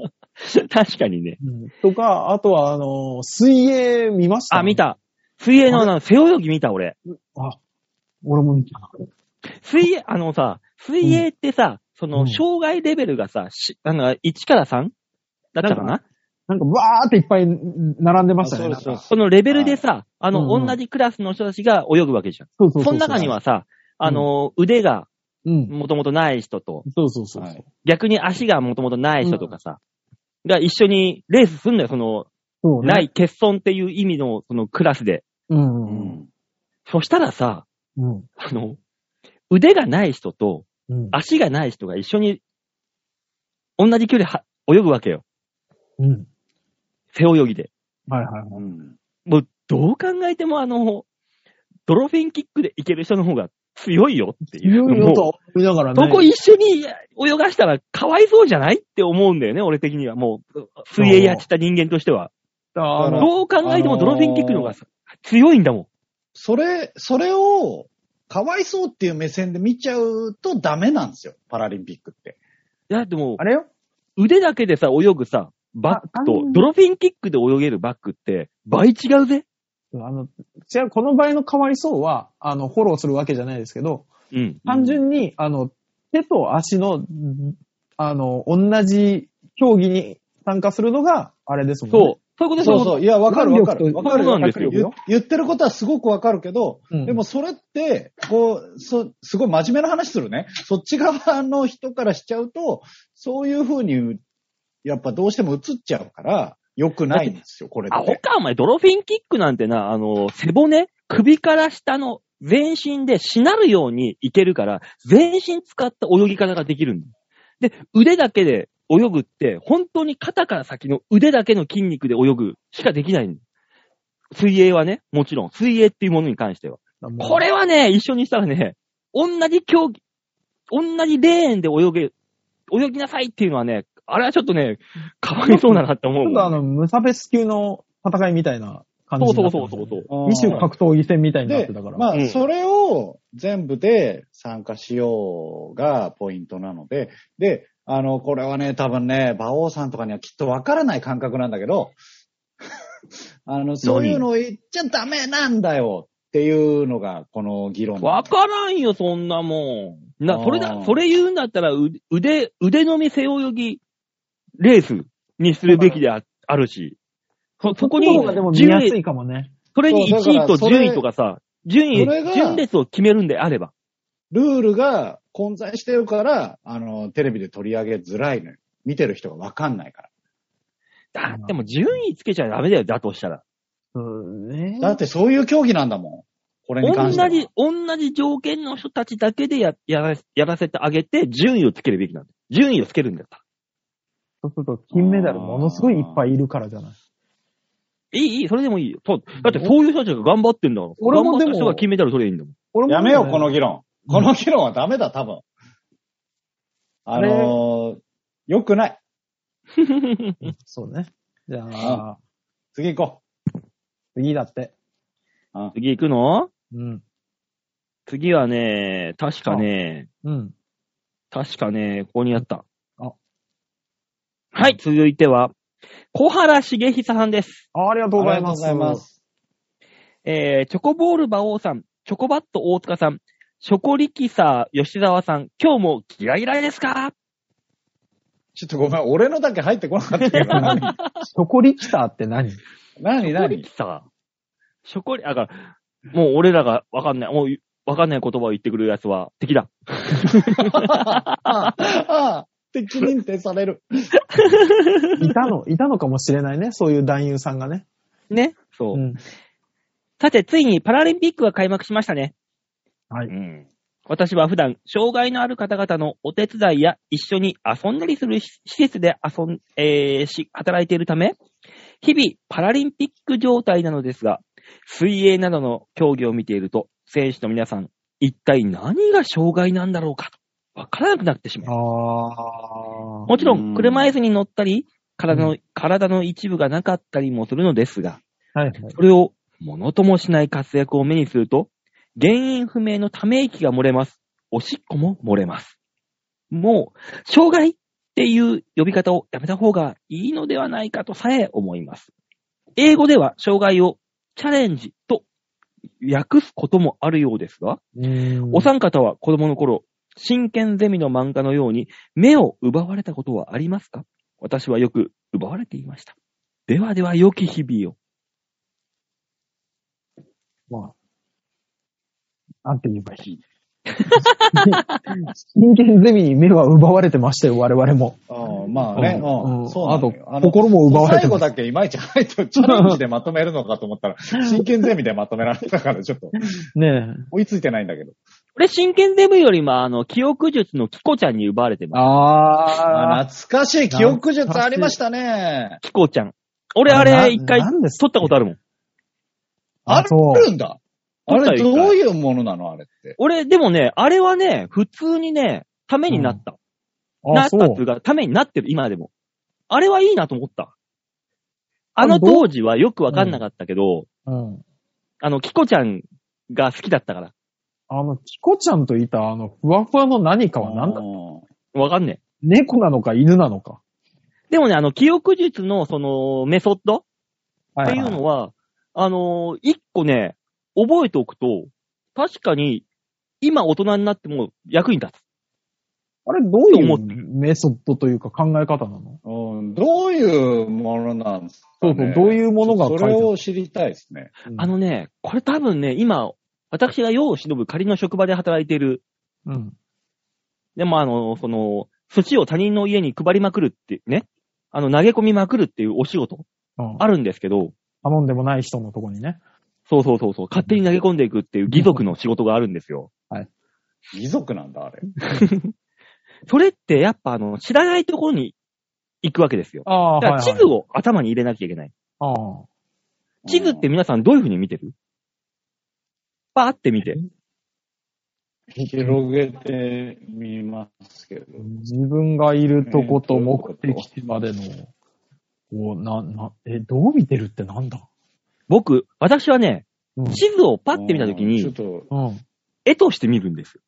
確かにね。うんとか、あとは、あのー水泳見ました、あ、見。た。水泳のあの、背泳ぎ見た、俺。あ、俺も見た。水泳、あのさ、水泳ってさ、そうの、ん障害レベルがさ、しあの、1から 3? だったかななんか、わーっていっぱい並んでましたね。あなそんうかですそうこのレベルでさ、あの、うんうん同じクラスの人たちが泳ぐわけじゃん。そうそう。その中に、はさ、あの、腕がうん。もともとない人と、そうそうそうそう。はい逆に足がもともとない人とかさ、が一緒にレースすんだよ、その、そうねない、欠損っていう意味の、そのクラスで。うんううんん。そしたらさ、うん。あの、腕がない人とうん。足がない人が一緒に、同じ距離は泳ぐわけよ。うん。背泳ぎで。はいはいはい。うん。もう、どう考えてもあの、ドルフィンキックでいける人の方が強いよっていう。いろいろともう思いながらね。そこ一緒に泳がしたらかわいそうじゃないって思うんだよね、俺的には。もう、水泳やってた人間としては。あの、どう考えてもドルフィンキックの方あが強いんだもん。それ、それを、かわいそうっていう目線で見ちゃうとダメなんですよ。パラリンピックって。いや、でもあ、れよ腕だけでさ、泳ぐさ、バックあとあん、ドルフィンキックで泳げるバックって、倍違うぜ。あの、違う、この場合のかわいそうは、あの、フォローするわけじゃないですけど、うん。単純に、あの、手と足の、んあの、同じ競技に参加するのが、あれですもんね。そう。そういうことそうそう。いや、わかるわかる。わかるそうよなんですよ言言ってることはすごくわかるけど、うんでもそれって、こう、そ、すごい真面目な話するね。そっち側の人からしちゃうと、そういうふうに、やっぱどうしても映っちゃうから、良くないんですよ、これあ、っほて。か、お前、ドルフィンキックなんてな、あの、背骨、首から下の全身でしなるようにいけるから、全身使った泳ぎ方ができるんだよ。で、腕だけで泳ぐって、本当に肩から先の腕だけの筋肉で泳ぐしかできないんだよ水泳はね、もちろん、水泳っていうものに関しては。もうこれはね、一緒にしたらね、同じ競技、同じレーンで泳げ、泳ぎなさいっていうのはね、あれはちょっとね、かわいそうだなって思うちもょっん。とあの、無差別級の戦いみたいな感じそうにそなうっそうてますねそうそう。二種格闘技戦みたいになっでてたから。、まうあ、んそれを全部で参加しようがポイントなので、で、あの、これはね、多分ね、馬王さんとかにはきっとわからない感覚なんだけど、 *laughs* あの、そういうの言っちゃダメなんだよっていうのが、この議論。わからんよ、そんなもん。な、あーそれだ、それ言うんだったら、う腕、腕のみ背泳ぎ、レースにするべきでああるし。そ、そこにの方がでも、見や順す位、いかもね。それに1そ位うだからとそれ順位とかさ、順位、それが順列を決めるんであれば。ルールが混在してるから、あの、テレビで取り上げづらいのよ。見てる人がわかんないから。だってもう順位つけちゃダメだよ、だとしたら。うん、ねだってそういう競技なんだもん。これに同関しては。じ、同じ条件の人たちだけでや、やら、やらせてあげて、順位をつけるべきなんだ。順位をつけるんだったら。そうすると、金メダルものすごいいっぱいいるからじゃない。いい、いい、それでもいいよ。そう。だってそういう人たちが頑張ってんだから。俺もでも頑張った人が金メダル取れいいんだもん。俺もやめよう、このね議論。この議論はダメだ、多分。あのー、良くない。そうね。じゃああ、次行こ次だって。次行くのうん。次はね、確かね、うん。確かね、ここにあった。あはい、続いては、小原茂久さんです。あありがう。とうございます。ありがとうございます。えー、チョコボール馬王さん、チョコバット大塚さん、チョコリキサー吉沢さん、今日もギラギラですかちょっとごめん、俺のだけ入ってこなかっ *laughs* たけど。何チョコリキサーって何 *laughs* 何チョコリ何キサー。チョコリ、あ、だから、もう俺らがわかんない、もうわかんない言葉を言ってくるやつは敵だ。ああ、敵認定さ *laughs* れる。いたの、いたのかもしれないね。そういう男優さんがね。ね。そう。うん。さて、ついにパラリンピックが開幕しましたね。はいうん。私は普段、障害のある方々のお手伝いや一緒に遊んだりする施設で遊ん、えーし、働いているため、日々パラリンピック状態なのですが、水泳などの競技を見ていると、選手の皆さん、一体何が障害なんだろうかと、わからなくなってしまう。あー。もちろ、うんん車椅子に乗ったり、体の、体の一部がなかったりもするのですが、はいはい。それをものともしない活躍を目にすると、原因不明のため息が漏れます。おしっこも漏れます。もう、障害っていう呼び方をやめた方がいいのではないかとさえ思います。英語では障害をチャレンジと訳すこともあるようですが、うんお三方は子供の頃、真剣ゼミの漫画のように目を奪われたことはありますか私はよく奪われていました。ではでは良き日々を。まあ。なんて言えばいい。ひ *laughs* 真剣ゼミに目は奪われてましたよ、我々も。ああまあね、うんううんん、そうなのよあと心も奪われて最ま後すだけいまいち入って、チャレンジでまとめるのかと思 *laughs* ったら、真剣ゼミでまとめられたから、ちょっとね追いついてないんだけど。これ真剣ゼミよりも、あの、記憶術のキコちゃんに奪われてえ。ます。ああー。懐かしい記憶術ありましたね。キコちゃん。俺、あれ、一回、取ななんですったことあるもん。ああそうるんだ。あ撮ったれ、よ一ど回ういうものなのあれって。俺、でもね、あれはね、普通にね、ためになった。なあ、ったそっていうう。か、ためになってる、今でも。あれはいいなと思った。あのあどう当時はよくわかんなかったけど、うん。あの、キコちゃんが好きだったから。あの、キコちゃんといた、あの、ふわふわの何かは何だうんわかんね猫なのか犬なのか。え。でもね、あの、記憶術の、その、メソッドはっていうのは、あのー一個ね、覚えておくと、確かに、今大人になっても役に立つ。あれ、どういと思うってメソッドというか考え方なのうんどういうものなんですか、ね、そうそうどういうものが書いてそあるれを知りたいですね。あのね、これ多分ね、今、私が世を忍ぶ仮の職場で働いている、うん。でもあの、その、寿司を他人の家に配りまくるってね、あの、投げ込みまくるっていうお仕事、うんあるんですけど、頼んでもない人のとこにね。そうそうそうそう、勝手に投げ込んでいくっていう義族の仕事があるんですよ。遺族なんだ、あれ。それってやっぱあの、知らないところに行くわけですよ。ああ、だから地図を頭に入れなきゃいけない。ああ。地図って皆さんどういう風に見てるパーって見て。うん広げてみますけど。自分がいるとこと目的地までの、こう、な、な、え、どう見てるってなんだ僕、私はね、うん。地図をパって見たときうんに、ちょっと、うん。絵として見るんです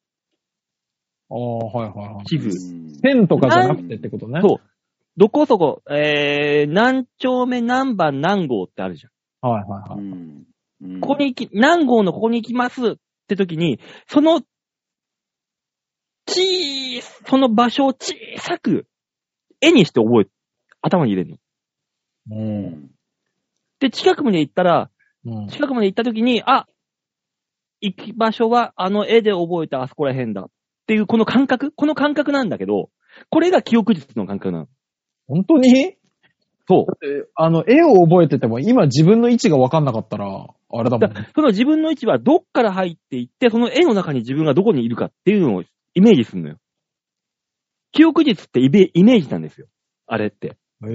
よ。ああ、はいはいはい。地う図。ん線とかじゃなくてってことね。そう。どこそこ、えー、何丁目何番何号ってあるじゃん。う。はいはいはい。うんここに行き、何号のここに行きますって時に、その、ちー、その場所を小さく、絵にして覚え、頭に入れるの。う。うんんで、近くまで行ったら、うん。近くまで行った時に、あ、行き場所はあの絵で覚えたあそこら辺だ。っていう、この感覚この感覚なんだけど、これが記憶術の感覚なの。本当にそあの、絵を覚えてても、今自分の位置が分かんなかったら、あれだう。だもんね。その自分の位置はどっから入っていって、その絵の中に自分がどこにいるかっていうのをイメージするのよ。記憶術ってイメイメージなんですよ。あれって。 *laughs* へえ。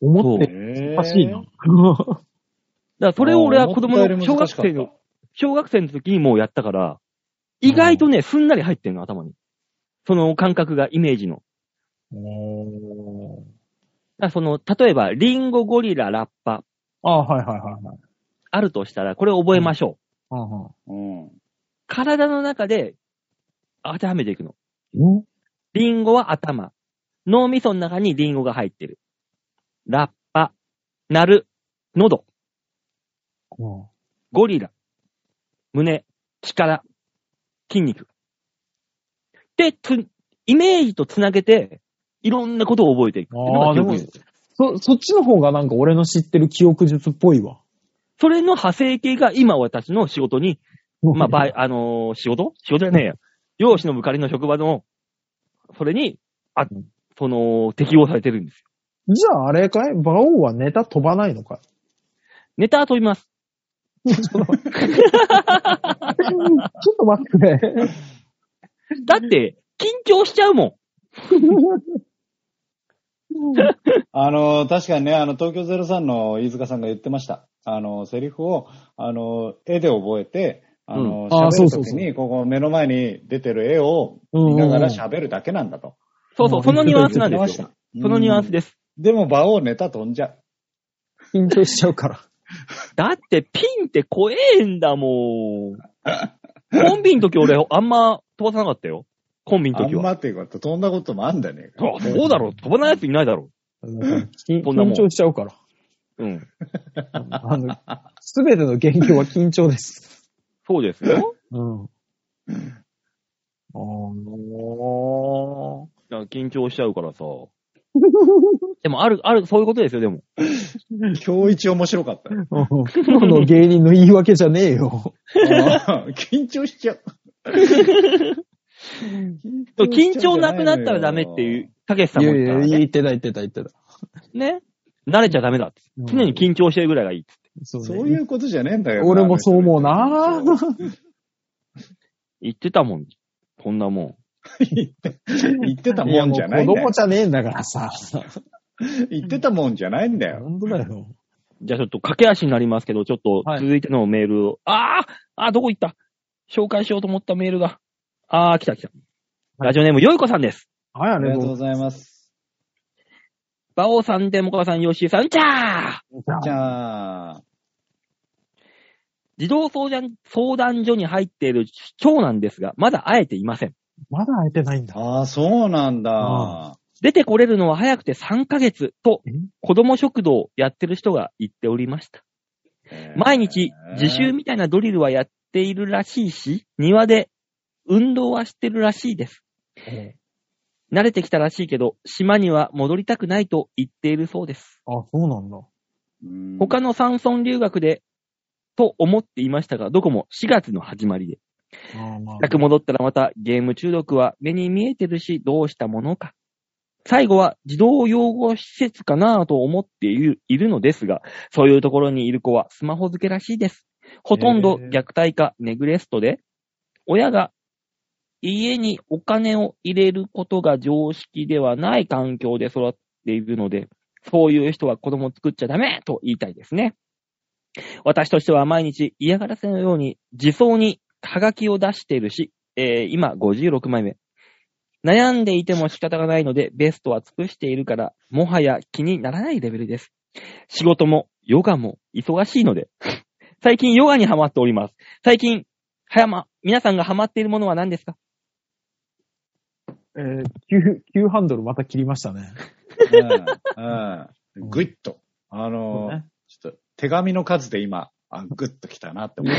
思ってるえーおかしいな。 *laughs* だからそれを俺は子供あーの小思ったより難学しかった生の、小学生の時にもうやったから、意外とね、すんなり入ってんの、頭に。その感覚が、イメージの。おだかーらその、例えば、リンゴ、ゴリラ、ラッパ、ああ、はいはいはいはい。あるとしたら、これを覚えましょう。うんうんうん体の中で、当てはめていくの。うんリンゴは頭。脳みその中にリンゴが入ってる。ラッパ、鳴る、喉、うんゴリラ、胸、力、筋肉。で、つ、イメージとつなげて、いろんなことを覚えていくっていうのあがあ、で記憶も術、そ、そっちの方がなんか俺の知ってる記憶術っぽいわ。それの派生系が今私の仕事に *laughs* まあ、バばイい、あのー仕事仕事じゃねえや。容姿のぶかりの職場の、それに、あうん、その、適用されてるんですよ。じゃああれかい馬王はネタ飛ばないの *laughs* かネタは飛びます。いちょっと待ってちょっと待ってくれ。だって、緊張しちゃうもあの、確かにね、あの、東京03の飯塚さんが言ってました。あの、セリフを、あの、絵で覚えて、あの、うんあー喋るそうとそきうそうに、ここ目の前に出てる絵をうんうんう見んながら喋るだけなんだと。ん。そうそう、そのニュアンスなん言でってすまよし。たそのニュアンス。うんです。でも、場をネタ飛んじゃ緊張しちゃうから。 *laughs* だって、ピンって怖えんだもん。コンビの時俺、あんま飛ばさなかったよ。コンビのあん時は。まっていうこと、飛んだこともあんだね。そうそうだろ。飛ばないやついないだろ。緊こんなもん緊張しちゃうから。うん。あの、すべての元凶は緊張です。そうですよ。うん。あのだから緊張しちゃうから *laughs* さ。でも、ある、ある、そういうことですよ、でも。今日一面白か *laughs* ったよ。ー。今の芸人の言い訳じゃねえよ。緊張しちゃう。緊張なくなったらダメっていう、たけしさんいもや言いったや、からね。言ってた言ってた言ってた。ね。慣れちゃダメだって。うん常に緊張してるぐらいがいいって。そうねそういうことじゃねえんだよ。俺もそう思うな言ってたもん。こんなもん。 *laughs* 言ってたいやもんもうじゃないん子だよ供。じゃねえんだからさ。言ってたもんじゃないんだよ。本当だよ。じゃあちょっと駆け足になりますけど、ちょっとはい続いてのメールを。あああーどこ行った紹介しようと思ったメールが。ああ、来た来た。ラジオネーム、よいこさんです。はい、あありりがとがとうごうございます。バオさん、デモカワさん、ヨッシーさん、じゃあざいますじ。ゃあ、児童相談相談所に入っている長男ですが、まだ会えていません。まだ会えてないんだ。ああ、そうなんあだ。出てこれるのは早くて3ヶ月とえ、子供食堂をやってる人が言っておりました。えー毎日、自習みたいなドリルはやっているらしいし、庭で運動はしてるらしいです。慣れてきたらしいけど、島には戻りたくないと言っているそうです。あ、そうなんだ。うん他の山村留学で、と思っていましたが、どこも4月の始まりで。あまあ早く戻ったらまたゲーム中毒は目に見えてるし、どうしたものか。最後は児童養護施設かなぁと思っているいるのですが、そういうところにいる子はスマホ付けらしいです。ほとんど虐待かネグレストで、親が家にお金を入れることが常識ではない環境で育っているので、そういう人は子供作っちゃダメと言いたいですね。私としては毎日嫌がらせのように自走にハガキを出しているし、えー今56枚目。悩んでいても仕方がないので、ベストは尽くしているから、もはや気にならないレベルです。仕事もヨガも忙しいので、 *laughs* 最近ヨガにハマっております。最近、はやま、皆さんがハマっているものは何ですかえー急、急ハンドルまた切りましたね。うん。うん。ぐいっと。あのーそうねちょっと、手紙の数で今、あぐっときたなっ *laughs* て思う。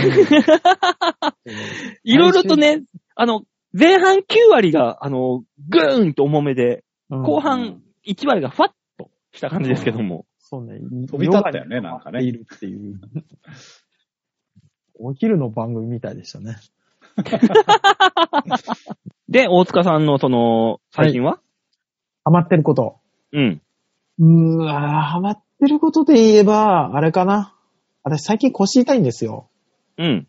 いろいろとね、あの、前半9割が、あの、ぐーんと重めで、うん後半1割がふわっとした感じですけども。そうね。飛び立ったよねなんかねいるっていう。お昼の番組みたいでしたね。で、大塚さんのその、最近は、ハマってること。うん。うーわーハマってることで言えば、あれかな。私最近腰痛いんですよ。うん。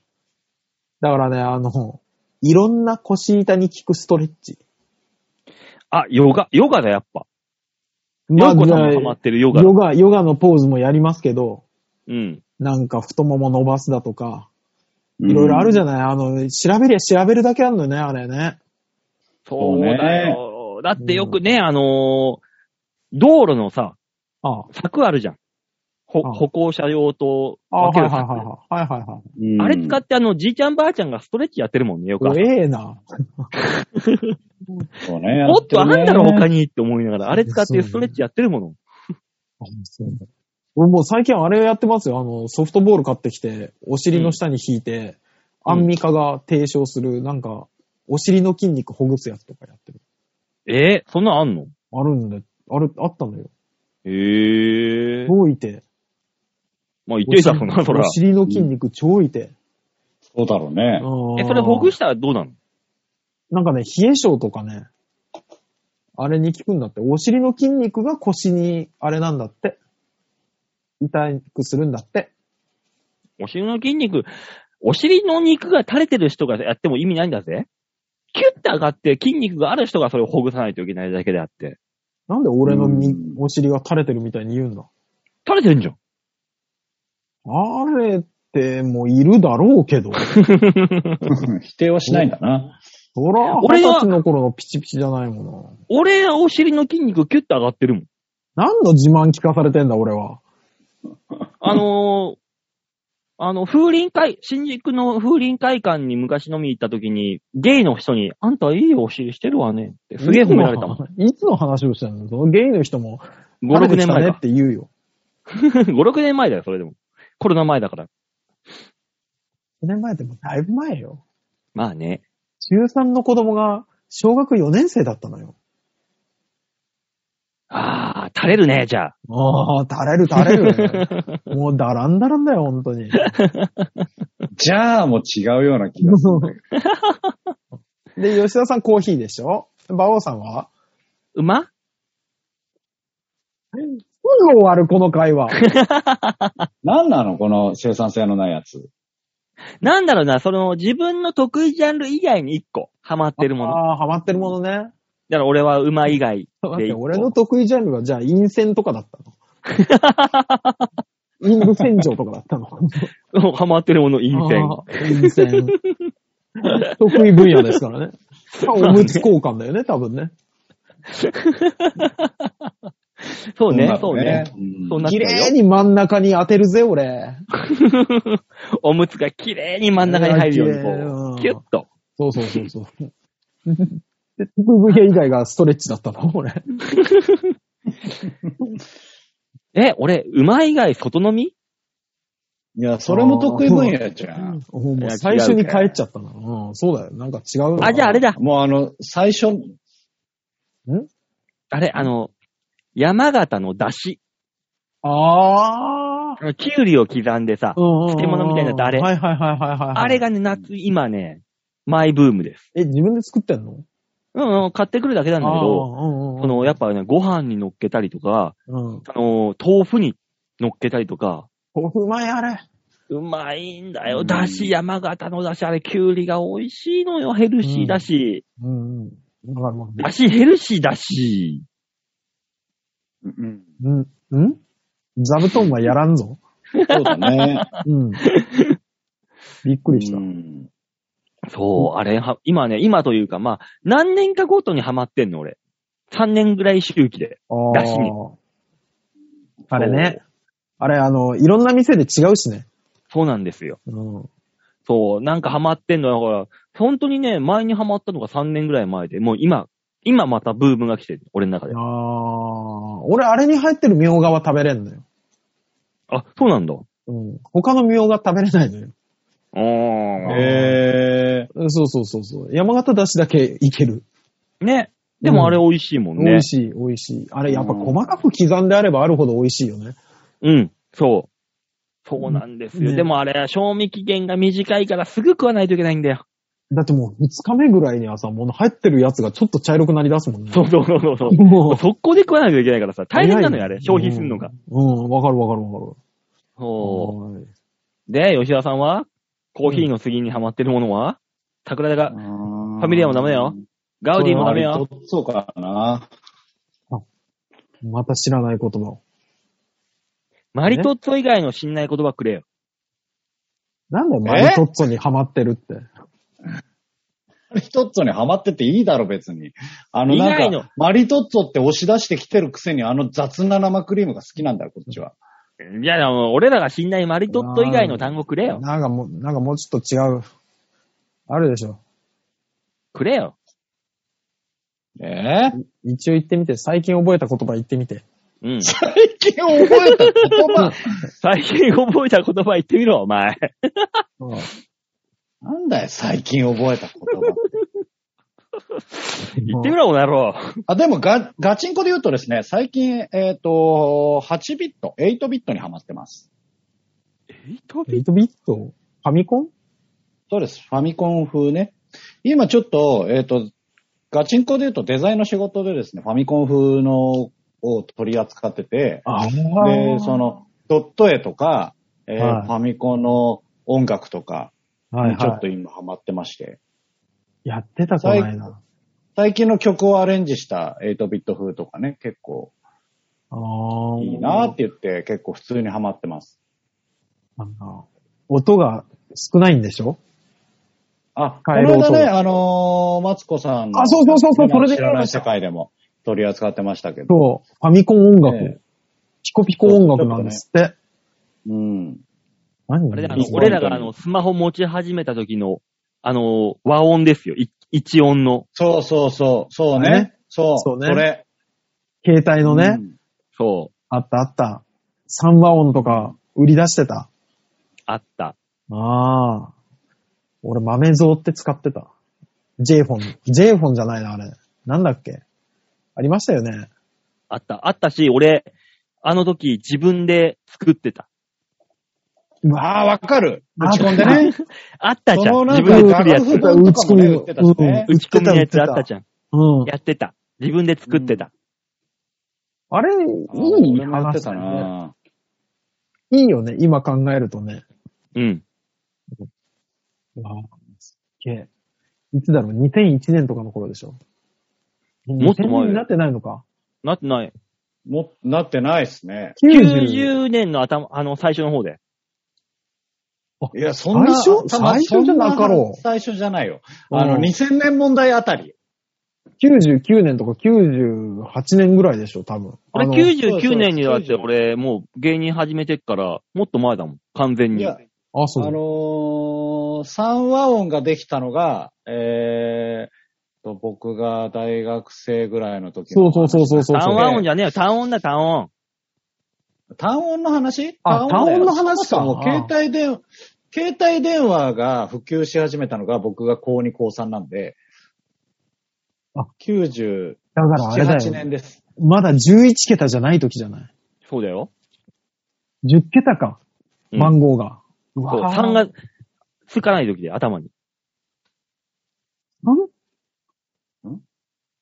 だからね、あの、いろんな腰痛に効くストレッチ。あ、ヨガ、ヨガだ、やっぱ。ヨまあーコさんもハマってるヨガ。ヨガ、ヨガのポーズもやりますけど、うん。なんか太もも伸ばすだとか、いろいろあるじゃない、あの、調べりゃ調べるだけあるのよね、あれね。そうそうだねよ。だってよくね、あのー道路のさ、ああ。柵あるじゃん。ほあ歩行者用とああ、は分けいはるいはい柵はい。はいはいはい。うん。あれ使ってあの、じいちゃんばあちゃんがストレッチやってるもんね、よく。怖えな。そうね。もっとあんだろ、他に。にって思いながら、あれ使ってストレッチやってるもの。俺もう最近あれやってますよ。あの、ソフトボール買ってきて、お尻の下に引いて、うんアンミカが提唱する、なんか、お尻の筋肉ほぐすやつとかやってる。えー、そんなんあんのあるんで、あれ、あったのよ。へえ。超いて。まあ、言ってたもんな、そらお。尻の筋肉超いて。そうだろうね。え、それほぐししたらどうなのなんかね、冷え性とかね、あれに効くんだって。お尻の筋肉が腰に、あれなんだって。痛くするんだって。お尻の筋肉、お尻の肉が垂れてる人がやっても意味ないんだぜ。キュッて上がって筋肉がある人がそれをほぐさないといけないだけであって。なんで俺のみうんお尻が垂れてるみたいに言うんだ。垂れてんじゃん。あれってもういるだろうけど。否定はしないんだな。そら、俺二十は歳の頃のピチピチじゃないも俺、お尻の筋肉キュッて上がってるもん。んな。何の自慢聞かされてんだ、俺は。あのー、あの、風林会、新宿の風林会館に昔飲みに行った時に、ゲイの人に、あんたいいお尻してるわねって、すげえ褒められたもん。いつの話をしてるのそのゲイの人も、 5、6年前ねっ *laughs* だ。て言うよ。 5、6年前だよ、それでも。コロナ前だから。 5年前ってもうだいぶ前よ。まあね。中3の子供が小学4年生だったのよ。ああ、垂れるね、じゃあ。ああ、垂れる垂れる。 *laughs* もうだらんだらんだよ、本当に。じゃあもう違うような気がするんだけど。 *laughs* で、吉田さんコーヒーでしょ馬王さんは馬すぐ終わる、この会話。何なのこの生産性のないやつ。なんだろうな、その自分の得意ジャンル以外に1個ハマってるもの。ああ、ハマってるものね。だから俺は馬以外待っでて、一個。俺の得意ジャンルは、じゃあ、陰線とかだったの。 *laughs* 陰部洗浄とかだったの。うん *laughs* ハマってるもの、陰線。あー。陰線。得意分野ですから *laughs* ね。まあおむつ交換だよね、多分ね。 *laughs* そうね、そそううねね。うんそうなっち綺ゃ麗うよ。に真ん中に当てるぜ、俺。おむつが綺麗に真ん中に入るように、こうんう、キュッと。そうそうそうそう。 *laughs* で得意分野以外がストレッチだったの、俺。え、俺、馬以外外飲みいや、それも得意分野じゃん。もう最初に帰っちゃったな。うん、そうだよ。なんか違うなあ、じゃああれだ。もうあの、最初、あれ、あの、山形の出汁。ああ。あのキュウリを刻んでさ、漬漬物みたいなのってあれはいはいはいはいはい。あれ。がね、夏、今ね、マイブームです。え、自分で作ってんのうん、うん、買ってくるだけなんだけど、あーうんうんうんこの、やっぱね、ご飯に乗っけたりとか、うん。あの、豆腐に乗っけたりとか、豆腐うまいあれ。うまいんだうよ。んだし、山形のだし、あれ、きゅうりが美味しいのよ。ヘルシーだし。うん。うん。だからまあだし、ヘルシーだし。うん、うん。うん座布団はやらんぞ。そう *laughs* だね。 *laughs* うん。びっくりした。うんそう、あれは、今ね、今というか、まあ、何年かごとにハマってんの、俺。3年ぐらい周期で。あだしにーあれね。あれ、あの、いろんな店で違うしね。そうなんですよ。うん。そう、なんかハマってんのよ。ほら、本当にね、前にハマったのが3年ぐらい前で、もう今、今またブームが来てる、俺の中であ。あ、俺、あれに入ってるみょうがは食べれんのよ。あ、そうなんだ。うん。他のみょうが食べれないのよ。あーえうんそうそうそうそう。山形だしだけいける。ね。でもあれ美味しいもんね。美味しい、美味しい。あれ、やっぱ細かく刻んであればあるほど美味しいよね。うん、そう。そうなんですよ。ねでもあれ、賞味期限が短いからすぐ食わないといけないんだよ。だってもう2日目ぐらいにはさ、もう入ってるやつがちょっと茶色くなり出すもんね。そうそうそうそうそう。もう。速攻で食わないといけないからさ、大変なのよ、あれ、消費するのが。うん。うん、わかるわかるわかる。そ。はいうで、吉田さんは、コーヒーの次にハマってるものは、桜田がフ、ァァミリアもダメだよ。ガウディもダメよ。。そうかな。また知らない言葉を。マリトッツォ以外の知んない言葉くれよ。なんだよ、マリトッツォにハマってるって。一つにハマってていいだろ、別に。あの、以な外んのか、マリトッツォって押し出してきてるくせに、あの雑な生クリームが好きなんだよ、こっちは。いや、もう俺らが知んないマリトッツォ以外の単語くれよ。なんかもう、なんかもうちょっと違う。あるでしょ。くれよ。え *laughs* ー一応言ってみて、最近覚えた言葉言ってみて。うん。最近覚えた言葉。最近覚えた言葉言ってみろ、お前。なんだよ、最近覚えた言葉。言ってみろ、この野郎。あ、でもガ、ガチンコで言うとですね、最近、えっ、と、8ビット、8ビットにハマってます。ビットビットファミコンそうです。ファミコン風ね。今ちょっと、えっ、と、ガチンコで言うとデザインの仕事でですね、ファミコン風のを取り扱ってて、ああ。で、そ、の、ドット絵とか、えーはいファミコンの音楽とか、はいはい、ちょっと今ハマってまして、やってたこ最ないな。最近の曲をアレンジした8ビット風とかね、結構ああ。いいなって言って、結構普通にハマってます。なんか音が少ないんでしょあ、こカエルの間ね、音あのー、マツコさんのあそうそうそうそうそれで知らない世界でも取り扱ってましたけど。そう、ファミコン音楽、ええピコピコ音楽なんですって。うん。あ何あれだ、あの、俺らがあの、スマホ持ち始めた時の、あの、和音ですよ。い一音の。そうそうそう、そうあれね。そう、そうねこれ。携帯のね、うんそう。あったあった。三和音とか売り出してた。あった。ああ。俺、豆蔵って使ってた。J フォン。J フォンじゃないな、あれ。なんだっけありましたよね。あった。あったし、俺、あの時自分で作ってた。ああ、わかる。あ打ち込んでね。あったじゃそん。の自中分 *laughs* で作にるやつ打。ち込み打ってたしね打ち込みのやつあったゃじゃん。ん。うん。やってた。自分で作ってた。あれ、あーいい俺もやって話ただね。ないいよね、今考えるとね。うん。わあすっげえ。いつだろう ?2001 年とかの頃でしょもっと前2000年になってないのか。なってない。も、なってないっすね。 90。 90年の頭、あの、最初の方で。いや、そんな。最初多分最初じゃなかろうそん最初じゃないよ。あうの、ん2000年問題あたり。 99年とか98年ぐらいでしょ、多分。俺あの99年にそだうそうって俺、もう芸人始めてっから、もっと前だもん。完全いに。や、あ、そあう。のー、三和音ができたのが、えーっと、僕が大学生ぐらいの時そのうそうそうそうそう。単和音じゃねえよ。単音だ、単音。単音の話あだよ単音の話かそもそもああ携帯電、携帯電話が普及し始めたのが僕が高2高3なんで、あ97、だからあれだ8よ。年です。まだ11桁じゃない時じゃない。そうだよ。 10桁か。うん番号が。うそう。わぁ3が、つかない時で、頭に。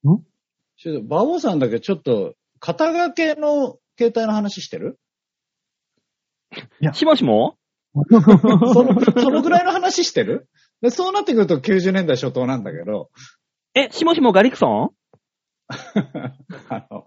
ちょっと馬王さんだけちょっと、肩掛けの携帯の話し *laughs* てるしもしもその、そのぐらいの話してるでそうなってくると90年代初頭なんだけど、 *laughs* え、しもしもガリクソあの、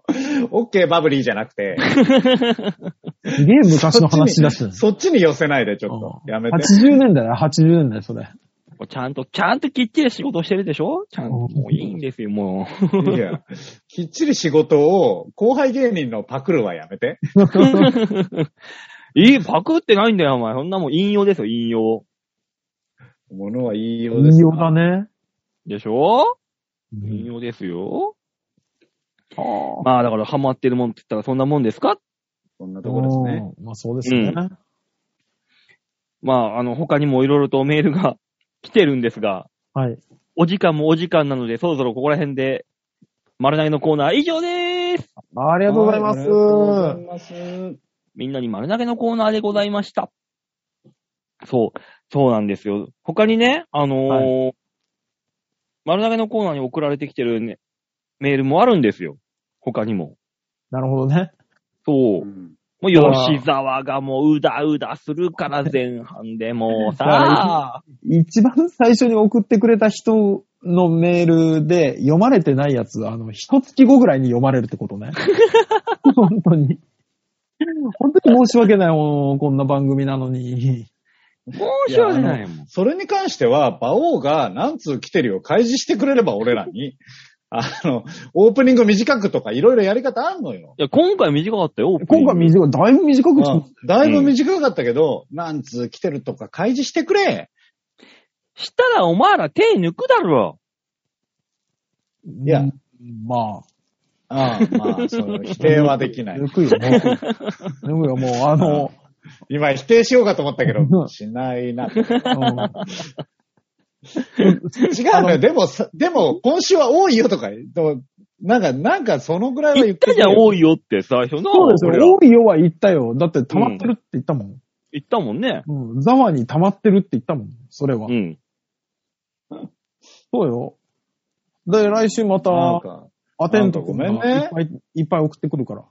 オッケーバブリーじゃなくて、 *laughs* すげえ *laughs* 昔の話だしね。そっちに寄せないで、ちょっと。うんやめて。 80年代だよ、80年代、それ。ンちゃんと、ちゃんときっちり仕事してるでしょちゃんと。うんもういいんですよ、もう。いや、きっちり仕事を後輩芸人のパクるはやめて。いい、パクってないんだよ、お前。そんなもん引用ですよ、引用。ものは言いようです。いいよだ。ね。でしょうん引用ですよ。まあ、だから、ハマってるもんって言ったらそんなもんですかそんなとこですね。うんまあそうですよね。うまあ、あの、他にもいろいろとメールが来てるんですが、はい。お時間もお時間なので、そろそろここら辺で、丸投げのコーナー以上でーすありがとうございます。はありがとうございます。みんなに丸投げのコーナーでございました。そう、そうなんですよ。他にね、あのー丸投げのコーナーに送られてきてる、ね、メールもあるんですよ。他にも。なるほどね。そうう。んもう吉沢がもううだうだするから前半でもうさ、一番最初に送ってくれた人のメールで読まれてないやつ、あの、一月後ぐらいに読まれるって *laughs* ことね。本当に。本当に申し訳ない、もうこんな番組なのに。申し訳ないもん。それに関しては、馬王が何通来てるよ開示してくれれば俺らに。 *laughs* あの、オープニング短くとかいろいろやり方あんのよ。いや、今回短かったよ。今回短い、だいぶ短くう作っんだいぶ短かったけど、何通来てるとか開示してくれ。したらお前ら手抜くだろ。いや、まああ、まあ、その否定はできあ、ない。抜くよ、 *laughs* もう。抜くよ、もう、あの、今否定しようかと思ったけうんど、しないな。違あ *laughs* うののよ。でもさ、でも、今週は多いよとか、でもなんか、なんかそのぐらいは言言っってたくじれゃよん、多いよって最初の。そうです俺よら。多いよは言ったよ。だって溜まってるって言ったもん。言ったもんね。うん。ザワに溜まってるって言ったもん。それは。うん。そうよ。で、来週まなんた、かアテンド君がなんかごいめんねっぱい、いっぱい送ってくるから。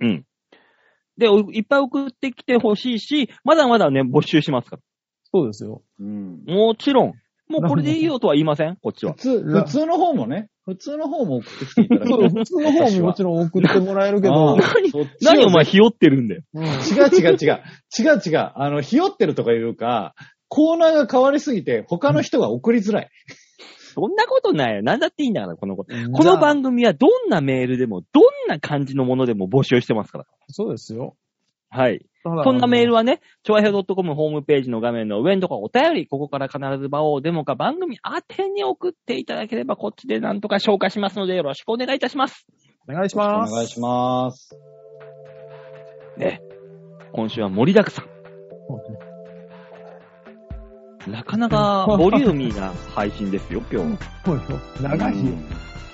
うん。で、おいっぱい送ってきてほしいし、まだまだね、募集しますかそうですよ。うんら。もちろん。もうこれでいいよとは言いません、こっち普 *laughs* は。通、普通の方もね、普通の方も送ってきていただきそたう、い普通の方ももちろん送ってもらえるけあどあ、そっちを何お前ひよってるんだよ。うん違う違う違う。違う違う。あの、ひよってるとかいうか、コーナーが変わりすぎて、他の人が送りづらい。そんなことないよ。なんだっていいんだから、このこと。この番組はどんなメールでも、どんな感じのものでも募集してますから。そうですよ。はい。ただそんなメールはね、ちょわひょ .com ホームページの画面の上のところお便り、ここから必ず場をデモか番組宛てに送っていただければ、こっちでなんとか紹介しますので、よろしくお願いいたします。お願いしおます。願いします。ね。今週は盛りだくさそうねん。なかなかボリューミーな配信ですよ、今日。そうよ。長いよ。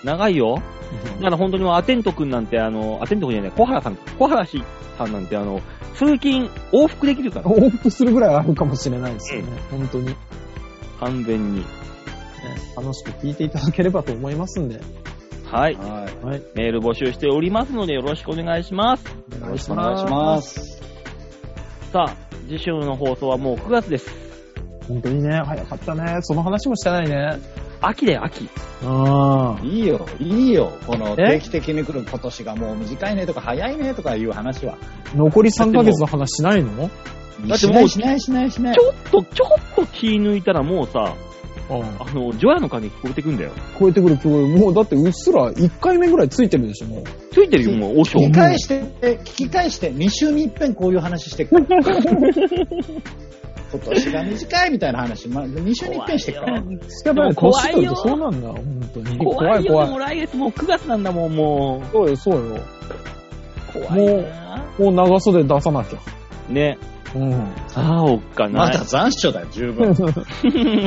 長いよ。 *laughs* だから本当にもうアテント君なんて、あの、アテント君じゃない、小原さん、小原氏さんなんて、あの、通勤往復できるから、往復するぐらいあるかもしれないですよね。本当に、ね完全に。楽しく聞いていただければと思いますんで。はい。ははい。メール募集しておりますので、よろしくお願いします。おい。よ願ろいししくお願まいす。します。さあ、次週の放送はもう9月です。本当にね、早かったね。その話もしてないね。秋で秋。ああ。いいよ、いいよ。このえ定期的に来る今年がもう短いねとか早いねとかいう話は。残り3ヶ月の話しないのだってもうしないしないしないしないち。ょっと、ちょっと気抜いたらもうさ、うんあの、ジョヤの鐘聞こえてくんだよ。超えてくる、今日。もうだってうっすら1回目ぐらいついてるでしょ、もう。ついてるよ、もう、おしょ聞き返して、聞き返して、2週に一遍こういう話して *laughs* くから。今年が短いみたいな話、まあ、2週に一遍してくから。しかもでも怖いよ年取るとそうなんだ、本当に。怖いよ、怖いもう怖い。来月もう9月なんだもん、もそうよ、そうよ。う。怖いなもう長袖出さなきゃ。ね。うん。さあ、おっかなまい。だ残暑だよ、十 *laughs* 分。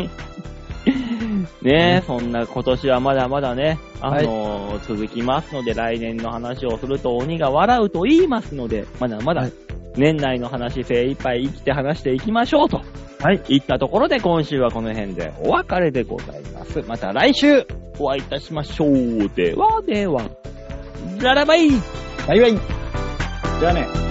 *laughs* ねえ、そんな今年はまだまだね、あのー続きますので、来年の話をすると鬼が笑うと言いますので、まだまはだい年内の話精一杯生きて話していきましょうと。はい。いったところで今週はこの辺でお別れでございます。また来週お会いいたしましょう。ではでは、ララバイバイバイ。じゃあね。